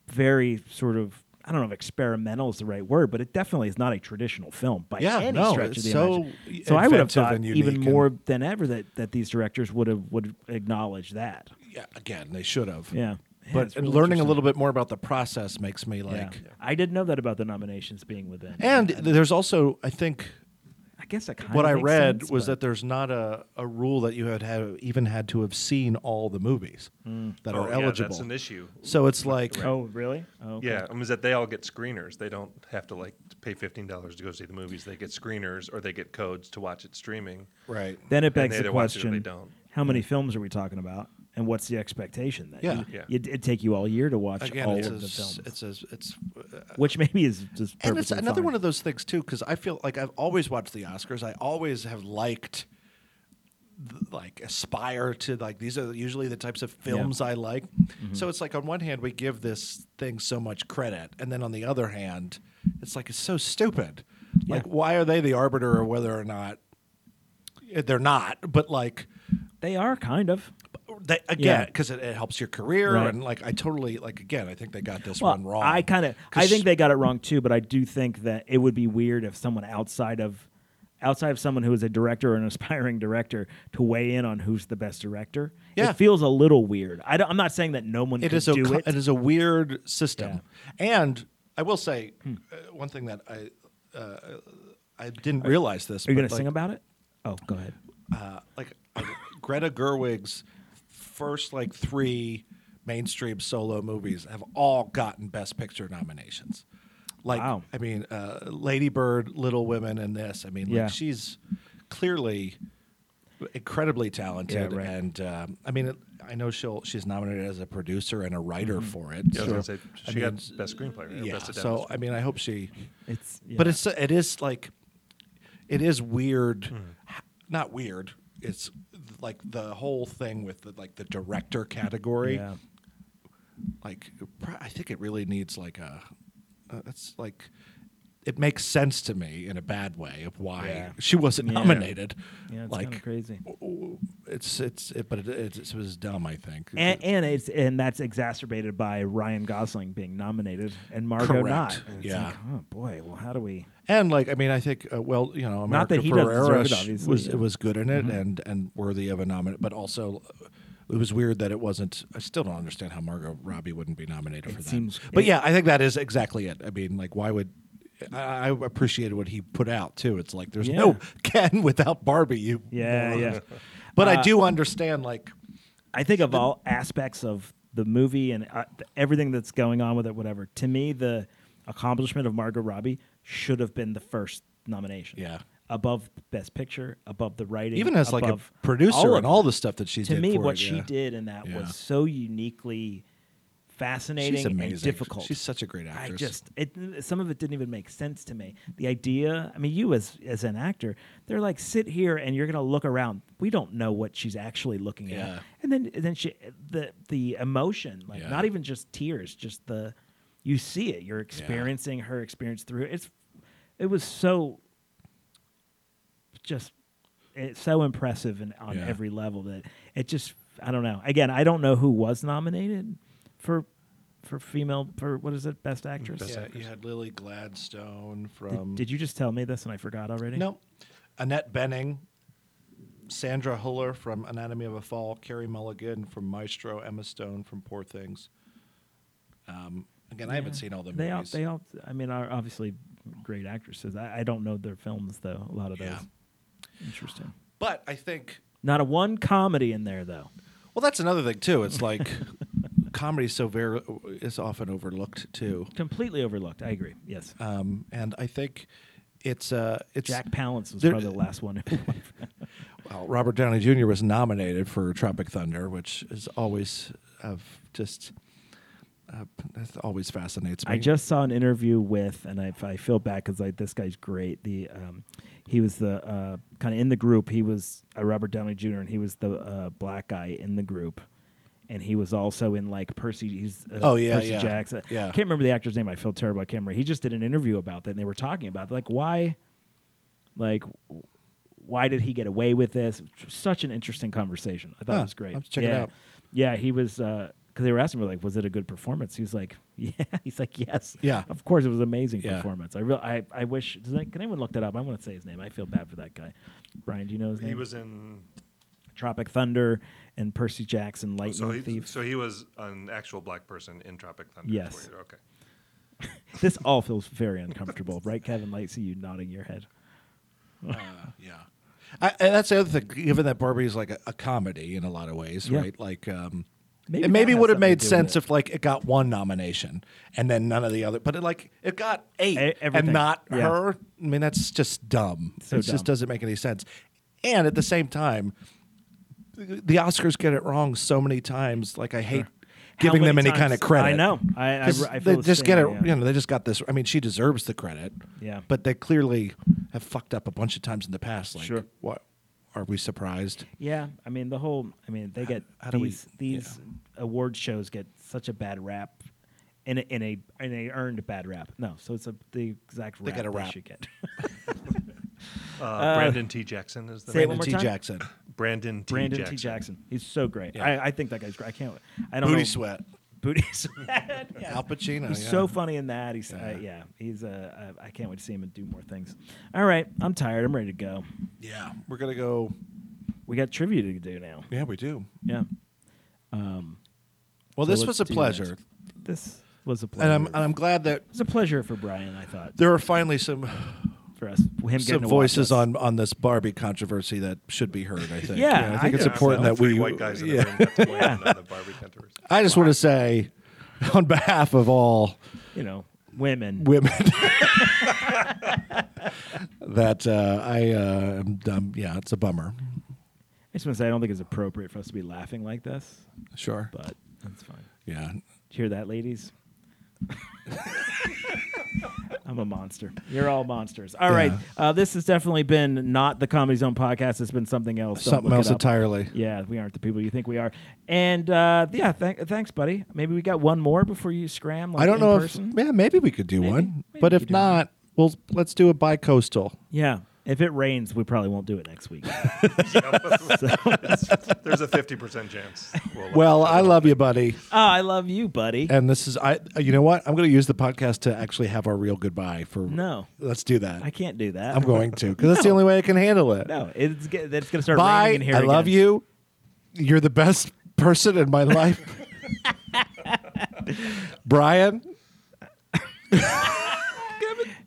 Speaker 3: very sort of I don't know if experimental is the right word, but it definitely is not a traditional film by
Speaker 2: Yeah,
Speaker 3: any
Speaker 2: no,
Speaker 3: stretch
Speaker 2: it's
Speaker 3: of the
Speaker 2: so
Speaker 3: imagination. So I would have
Speaker 2: inventive
Speaker 3: thought
Speaker 2: and
Speaker 3: even
Speaker 2: unique
Speaker 3: more than ever that, that these directors would have would acknowledge that.
Speaker 2: Yeah, again, they should have.
Speaker 3: Yeah, Yeah,
Speaker 2: but
Speaker 3: it's really
Speaker 2: learning a
Speaker 3: interesting.
Speaker 2: little bit more about the process makes me
Speaker 3: Yeah.
Speaker 2: like.
Speaker 3: I didn't know that about the nominations being within.
Speaker 2: And there's also, I think,
Speaker 3: I guess that kinda
Speaker 2: what I
Speaker 3: makes
Speaker 2: read
Speaker 3: sense,
Speaker 2: was
Speaker 3: but-
Speaker 2: that there's not a, a rule that you had have even had to have seen all the movies
Speaker 4: Mm.
Speaker 2: that
Speaker 4: Oh,
Speaker 2: are
Speaker 4: yeah, that's
Speaker 2: eligible.
Speaker 4: an issue.
Speaker 2: So it's like,
Speaker 3: Oh, really? Oh, okay.
Speaker 4: Yeah, I mean, is that they all get screeners. They don't have to like pay fifteen dollars to go see the movies. They get screeners or they get codes to watch it streaming.
Speaker 3: Then it
Speaker 4: And
Speaker 3: begs
Speaker 4: they
Speaker 3: the
Speaker 4: either watch it or
Speaker 3: question:
Speaker 4: They don't.
Speaker 3: How many films are we talking about, and what's the expectation? Then
Speaker 2: Yeah.
Speaker 3: You-
Speaker 2: Yeah.
Speaker 3: you- it'd take you all year to watch
Speaker 2: Again,
Speaker 3: all
Speaker 2: it's
Speaker 3: of
Speaker 2: a
Speaker 3: the
Speaker 2: s-
Speaker 3: films.
Speaker 2: It's a, it's uh,
Speaker 3: which maybe is just
Speaker 2: and it's
Speaker 3: perfectly
Speaker 2: another
Speaker 3: fine.
Speaker 2: one of those things too because i feel like i've always watched the oscars i always have liked th- like aspire to like these are usually the types of films i like
Speaker 3: Mm-hmm.
Speaker 2: so it's like on one hand we give this thing so much credit and then on the other hand it's like it's so stupid like why are they the arbiter of whether or not eh, they're not but like
Speaker 3: they are kind of
Speaker 2: they, again because it, it helps your career
Speaker 3: Right.
Speaker 2: and like i totally like again i think they got this
Speaker 3: Well,
Speaker 2: one wrong
Speaker 3: I kind of, I think they got it wrong too. But I do think that it would be weird if someone outside of, outside of someone who is a director or an aspiring director to weigh in on who's the best director.
Speaker 2: Yeah.
Speaker 3: It feels a little weird. I am not saying that no one
Speaker 2: It
Speaker 3: could
Speaker 2: is a
Speaker 3: do
Speaker 2: co-
Speaker 3: it.
Speaker 2: it is a weird system. And I will say
Speaker 3: Hmm.
Speaker 2: uh, one thing that I uh, I didn't realize this.
Speaker 3: Are you
Speaker 2: but,
Speaker 3: gonna
Speaker 2: like,
Speaker 3: sing about it? Oh, go ahead.
Speaker 2: Uh, like uh, Greta Gerwig's first like three mainstream solo movies have all gotten Best Picture nominations. Like
Speaker 3: Wow.
Speaker 2: I mean, uh, Lady Bird, Little Women, and this. I mean, like
Speaker 3: Yeah.
Speaker 2: she's clearly incredibly talented,
Speaker 3: Yeah, right.
Speaker 2: and um, I mean, it, I know she'll she's nominated as a producer and a writer
Speaker 3: Mm-hmm.
Speaker 4: Mhm.
Speaker 2: for it.
Speaker 4: Yeah, I was
Speaker 2: so-
Speaker 4: gonna say, she got best screenplay, right? Or
Speaker 2: Yeah,
Speaker 4: best adapted
Speaker 2: so I mean, I hope she.
Speaker 3: It's
Speaker 2: but
Speaker 3: yeah.
Speaker 2: it's it is like, it is weird,
Speaker 3: Hmm.
Speaker 2: h- not weird. It's like the whole thing with the, like the director category.
Speaker 3: Yeah.
Speaker 2: Like, pro- I think it really needs like a. Uh, it's like, it makes sense to me in a bad way of why
Speaker 3: Yeah.
Speaker 2: she wasn't
Speaker 3: Yeah.
Speaker 2: nominated.
Speaker 3: Yeah, it's
Speaker 2: like
Speaker 3: kinda crazy.
Speaker 2: It's it's it, but it, it, it was dumb. I think.
Speaker 3: and, and it's and that's exacerbated by Ryan Gosling being nominated and Margot
Speaker 2: Correct.
Speaker 3: not. And it's
Speaker 2: Yeah.
Speaker 3: like, oh boy. Well, how do we?
Speaker 2: And like I mean, I think uh, well, you know, America
Speaker 3: Not that he doesn't deserve
Speaker 2: Ferrera
Speaker 3: it,
Speaker 2: sh-
Speaker 3: obviously,
Speaker 2: was
Speaker 3: yeah.
Speaker 2: it was good in it
Speaker 3: Mhm.
Speaker 2: and and worthy of a nomination, but also uh, it was weird that it wasn't. I still don't understand how Margot Robbie wouldn't be nominated for that.
Speaker 3: seems-
Speaker 2: but
Speaker 3: it-
Speaker 2: yeah, I think that is exactly it. I mean, like, why would I, I appreciated what he put out too? It's like there's no Ken without Barbie. You
Speaker 3: Yeah,
Speaker 2: moron.
Speaker 3: yeah.
Speaker 2: But I
Speaker 3: Uh,
Speaker 2: do understand like
Speaker 3: I think of all aspects of the movie and uh, th- everything that's going on with it, whatever. To me, the accomplishment of Margot Robbie should have been the first nomination.
Speaker 2: Yeah.
Speaker 3: Above Best Picture, above the writing,
Speaker 2: even as like a
Speaker 3: above
Speaker 2: producer
Speaker 3: of
Speaker 2: and
Speaker 3: it.
Speaker 2: all the stuff that she
Speaker 3: to
Speaker 2: did
Speaker 3: me,
Speaker 2: for
Speaker 3: what
Speaker 2: it,
Speaker 3: she
Speaker 2: yeah.
Speaker 3: did in that
Speaker 2: Yeah.
Speaker 3: was so uniquely fascinating and
Speaker 2: amazing.
Speaker 3: difficult.
Speaker 2: She's such a great
Speaker 3: I
Speaker 2: actress.
Speaker 3: just it, some of it didn't even make sense to me. The idea, I mean, you as as an actor, they're like sit here and you're gonna look around. We don't know what she's actually looking
Speaker 2: Yeah.
Speaker 3: at, and then and then she the the emotion, like
Speaker 2: Yeah.
Speaker 3: not even just tears, just the you see it. You're experiencing her experience through it. It's it was so just it's so impressive and on
Speaker 2: Yeah.
Speaker 3: every level that it just I don't know. Again, I don't know who was nominated for for female for what is it best actress?
Speaker 2: yeah, you had Lily Gladstone
Speaker 3: Did-
Speaker 2: from.
Speaker 3: Did, you just tell me this and I forgot already?
Speaker 2: Nope. Annette Benning, Sandra Huller from Anatomy of a Fall, Carrie Mulligan from Maestro, Emma Stone from Poor Things. Um, again, I haven't
Speaker 3: Yeah.
Speaker 2: seen all the
Speaker 3: They all
Speaker 2: movies.
Speaker 3: they all I mean are obviously great actresses. I, I don't know their films though. A lot of
Speaker 2: Yeah.
Speaker 3: those. Interesting.
Speaker 2: but I think,
Speaker 3: Not a one comedy in there though.
Speaker 2: well, that's another thing too. It's like comedy so very is often overlooked too.
Speaker 3: Completely overlooked. I agree. Yes.
Speaker 2: Um, and I think it's uh, it's
Speaker 3: Jack Palance was
Speaker 2: there-
Speaker 3: probably the last one.
Speaker 2: Well, Robert Downey Jr. was nominated for Tropic Thunder, which is always uh, just uh, that always fascinates me.
Speaker 3: I just saw an interview with, and I, I feel bad because like this guy's great. The um, he was the uh, kind of in the group. He was uh, Robert Downey Jr. and he was the uh, black guy in the group, and he was also in like Percy. He's uh,
Speaker 2: Oh, yeah,
Speaker 3: Percy
Speaker 2: yeah.
Speaker 3: Jackson.
Speaker 2: Yeah.
Speaker 3: I can't remember the actor's name. I feel terrible. I can't remember. He just did an interview about that, and they were talking about like why, like. w- Why did he get away with this? Such an interesting conversation. I thought
Speaker 2: Huh,
Speaker 3: it was great.
Speaker 2: I'll have to check it
Speaker 3: yeah.
Speaker 2: out.
Speaker 3: Yeah, he was because they were asking me like, was it a good performance? He's like, yeah. He's like, yes.
Speaker 2: Yeah.
Speaker 3: Of course, it was an amazing
Speaker 2: Yeah.
Speaker 3: performance. I real I, I wish. Does that, can anyone look that up? I want to say his name. I feel bad for that guy. Brian, do you know his name?
Speaker 4: He was in.
Speaker 3: Tropic Thunder and Percy Jackson, Lightning
Speaker 4: Oh, So he,
Speaker 3: Thief.
Speaker 4: so he was an actual black person in Tropic Thunder.
Speaker 3: Yes.
Speaker 4: for you. Okay.
Speaker 3: This all feels very uncomfortable, right, Kevin? I see you nodding your head.
Speaker 2: yeah. I, and that's the other thing. Given that Barbie's like a, a comedy in a lot of ways,
Speaker 3: Yeah.
Speaker 2: right? Like, um,
Speaker 3: Maybe
Speaker 2: maybe it maybe
Speaker 3: that has
Speaker 2: would have
Speaker 3: something to
Speaker 2: made
Speaker 3: do with
Speaker 2: sense
Speaker 3: it.
Speaker 2: if like it got one nomination and then none of the other. But it like it got eight
Speaker 3: E- everything.
Speaker 2: and not
Speaker 3: Yeah.
Speaker 2: her. I mean, that's just dumb.
Speaker 3: So
Speaker 2: it
Speaker 3: dumb.
Speaker 2: just doesn't make any sense. And at the same time, the the Oscars get it wrong so many times. Like, I hate.
Speaker 3: How
Speaker 2: Giving them
Speaker 3: many
Speaker 2: any kind of
Speaker 3: times- I
Speaker 2: credit.
Speaker 3: know. I- I-
Speaker 2: 'Cause
Speaker 3: I feel
Speaker 2: they
Speaker 3: the
Speaker 2: just get it.
Speaker 3: same, yeah.
Speaker 2: You know, they just got this. I mean, she deserves the credit.
Speaker 3: Yeah.
Speaker 2: But they clearly have fucked up a bunch of times in the past. Like,
Speaker 3: Sure.
Speaker 2: what are we surprised?
Speaker 3: Yeah, I mean the whole. I mean they get
Speaker 2: how do we-
Speaker 3: these these award shows get such a bad rap, in a, in a in a earned bad rap. No, so it's a the exact
Speaker 2: They
Speaker 3: rap
Speaker 2: get a
Speaker 3: they
Speaker 2: rap.
Speaker 3: should get.
Speaker 4: Uh, Brandon T. Jackson is the
Speaker 3: say it
Speaker 4: name.
Speaker 3: one more
Speaker 2: Brandon T.
Speaker 3: time?
Speaker 2: Jackson.
Speaker 4: Brandon T.
Speaker 3: Brandon
Speaker 4: Jackson.
Speaker 3: T. Jackson. He's so great.
Speaker 2: Yeah.
Speaker 3: I, I think that guy's great. I can't. I don't
Speaker 2: Booty
Speaker 3: know.
Speaker 2: sweat.
Speaker 3: Booty sweat. yeah.
Speaker 2: Al Pacino,
Speaker 3: He's
Speaker 2: yeah.
Speaker 3: so funny in that. He's yeah. Uh, yeah he's. Uh, I I can't wait to see him and do more things. All right, I'm tired. I'm ready to go.
Speaker 2: Yeah, we're gonna go.
Speaker 3: We got trivia to do now.
Speaker 2: Yeah, we do.
Speaker 3: Yeah. Um,
Speaker 2: Well,
Speaker 3: so
Speaker 2: this
Speaker 3: let's
Speaker 2: was a
Speaker 3: do that.
Speaker 2: pleasure,
Speaker 3: This was a pleasure.
Speaker 2: and I'm and I'm glad that
Speaker 3: It's a pleasure for Brian. I thought
Speaker 2: there are finally some
Speaker 3: for us, him getting
Speaker 2: some
Speaker 3: to watch us.
Speaker 2: voices on on this Barbie controversy that should be heard. I think.
Speaker 3: Yeah,
Speaker 2: I
Speaker 3: I
Speaker 2: think it's
Speaker 3: think
Speaker 2: important
Speaker 4: so.
Speaker 2: that
Speaker 4: Three
Speaker 2: we.
Speaker 4: white guys in a
Speaker 2: yeah.
Speaker 4: room got to weigh in on the Barbie controversy.
Speaker 2: I just want to say, on behalf of all
Speaker 3: You know, women.
Speaker 2: women. that uh, I uh, am dumb. Yeah, it's a bummer.
Speaker 3: I just want to say I don't think it's appropriate for us to be laughing like this,
Speaker 2: Sure.
Speaker 3: but that's fine.
Speaker 2: Yeah.
Speaker 3: Did you hear that, ladies? I'm a monster. You're all monsters. All right,
Speaker 2: Yeah.
Speaker 3: Uh, this has definitely been not the Comedy Zone podcast. It's been something else. Don't
Speaker 2: Something
Speaker 3: look it
Speaker 2: else
Speaker 3: up.
Speaker 2: entirely.
Speaker 3: Yeah, we aren't the people you think we are. And uh, yeah, thank thanks, buddy. Maybe we got one more before you scram. Like
Speaker 2: I don't
Speaker 3: in
Speaker 2: know
Speaker 3: person?
Speaker 2: if yeah, maybe we could do one. but if not, we'll let's do a bi-coastal.
Speaker 3: Yeah. If it rains, we probably won't do it next week.
Speaker 4: It's- There's a 50% chance. Well,
Speaker 2: Well, I love you, buddy.
Speaker 3: Oh, I love you, buddy.
Speaker 2: And this is I you know what? I'm going to use the podcast to actually have our real goodbye for
Speaker 3: No.
Speaker 2: Let's do that.
Speaker 3: I can't do that.
Speaker 2: I'm going to cuz that's the only way I can handle it.
Speaker 3: No, it's ge- that's gonna start
Speaker 2: Bye.
Speaker 3: raining in here.
Speaker 2: I love
Speaker 3: again.
Speaker 2: you. You're the best person in my life. Brian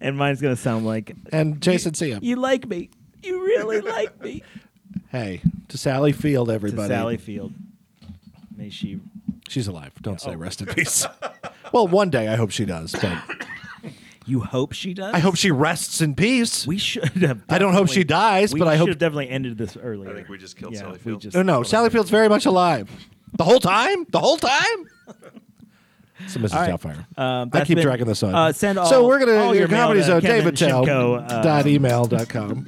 Speaker 3: And mine's gonna sound like
Speaker 2: and Jason see him.
Speaker 3: you like me. You really like me.
Speaker 2: Hey, to Sally Field everybody.
Speaker 3: To Sally Field. May she.
Speaker 2: She's alive. Don't
Speaker 3: Oh.
Speaker 2: say rest in peace. well, one day I hope she does, but
Speaker 3: You hope she does.
Speaker 2: I hope she rests in peace.
Speaker 3: we should have.
Speaker 2: I don't hope she
Speaker 3: definitely-
Speaker 2: dies,
Speaker 3: we
Speaker 2: but I hope
Speaker 3: should have definitely ended this earlier.
Speaker 4: I think we just killed
Speaker 3: yeah,
Speaker 4: Sally
Speaker 3: we
Speaker 4: Field.
Speaker 3: just-
Speaker 2: Oh, No, no, Sally Field's very much alive. The whole time? The whole time? So Mrs.
Speaker 3: right.
Speaker 2: Doubtfire.
Speaker 3: Um,
Speaker 2: I
Speaker 3: that's
Speaker 2: keep
Speaker 3: been-
Speaker 2: dragging this on.
Speaker 3: uh, send all-
Speaker 2: so we're gonna
Speaker 3: all
Speaker 2: your,
Speaker 3: your mail
Speaker 2: comedy
Speaker 3: to
Speaker 2: zone,
Speaker 3: Kevin
Speaker 2: David Chow
Speaker 3: Shinko, uh,
Speaker 2: dot email dot com.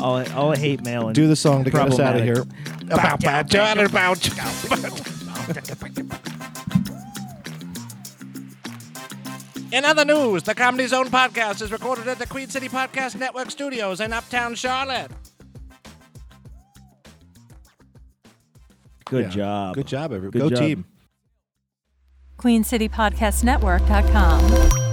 Speaker 3: all, all hate mail and
Speaker 2: Do the song to get us out of
Speaker 3: problematic.
Speaker 2: here. About about about. In other news, the Comedy Zone podcast is recorded at the Queen City Podcast Network studios in Uptown Charlotte.
Speaker 3: Good
Speaker 2: Yeah.
Speaker 3: job.
Speaker 2: Good job, everybody.
Speaker 3: Good
Speaker 2: Go
Speaker 3: job.
Speaker 2: team.
Speaker 1: QueenCityPodcastNetwork.com.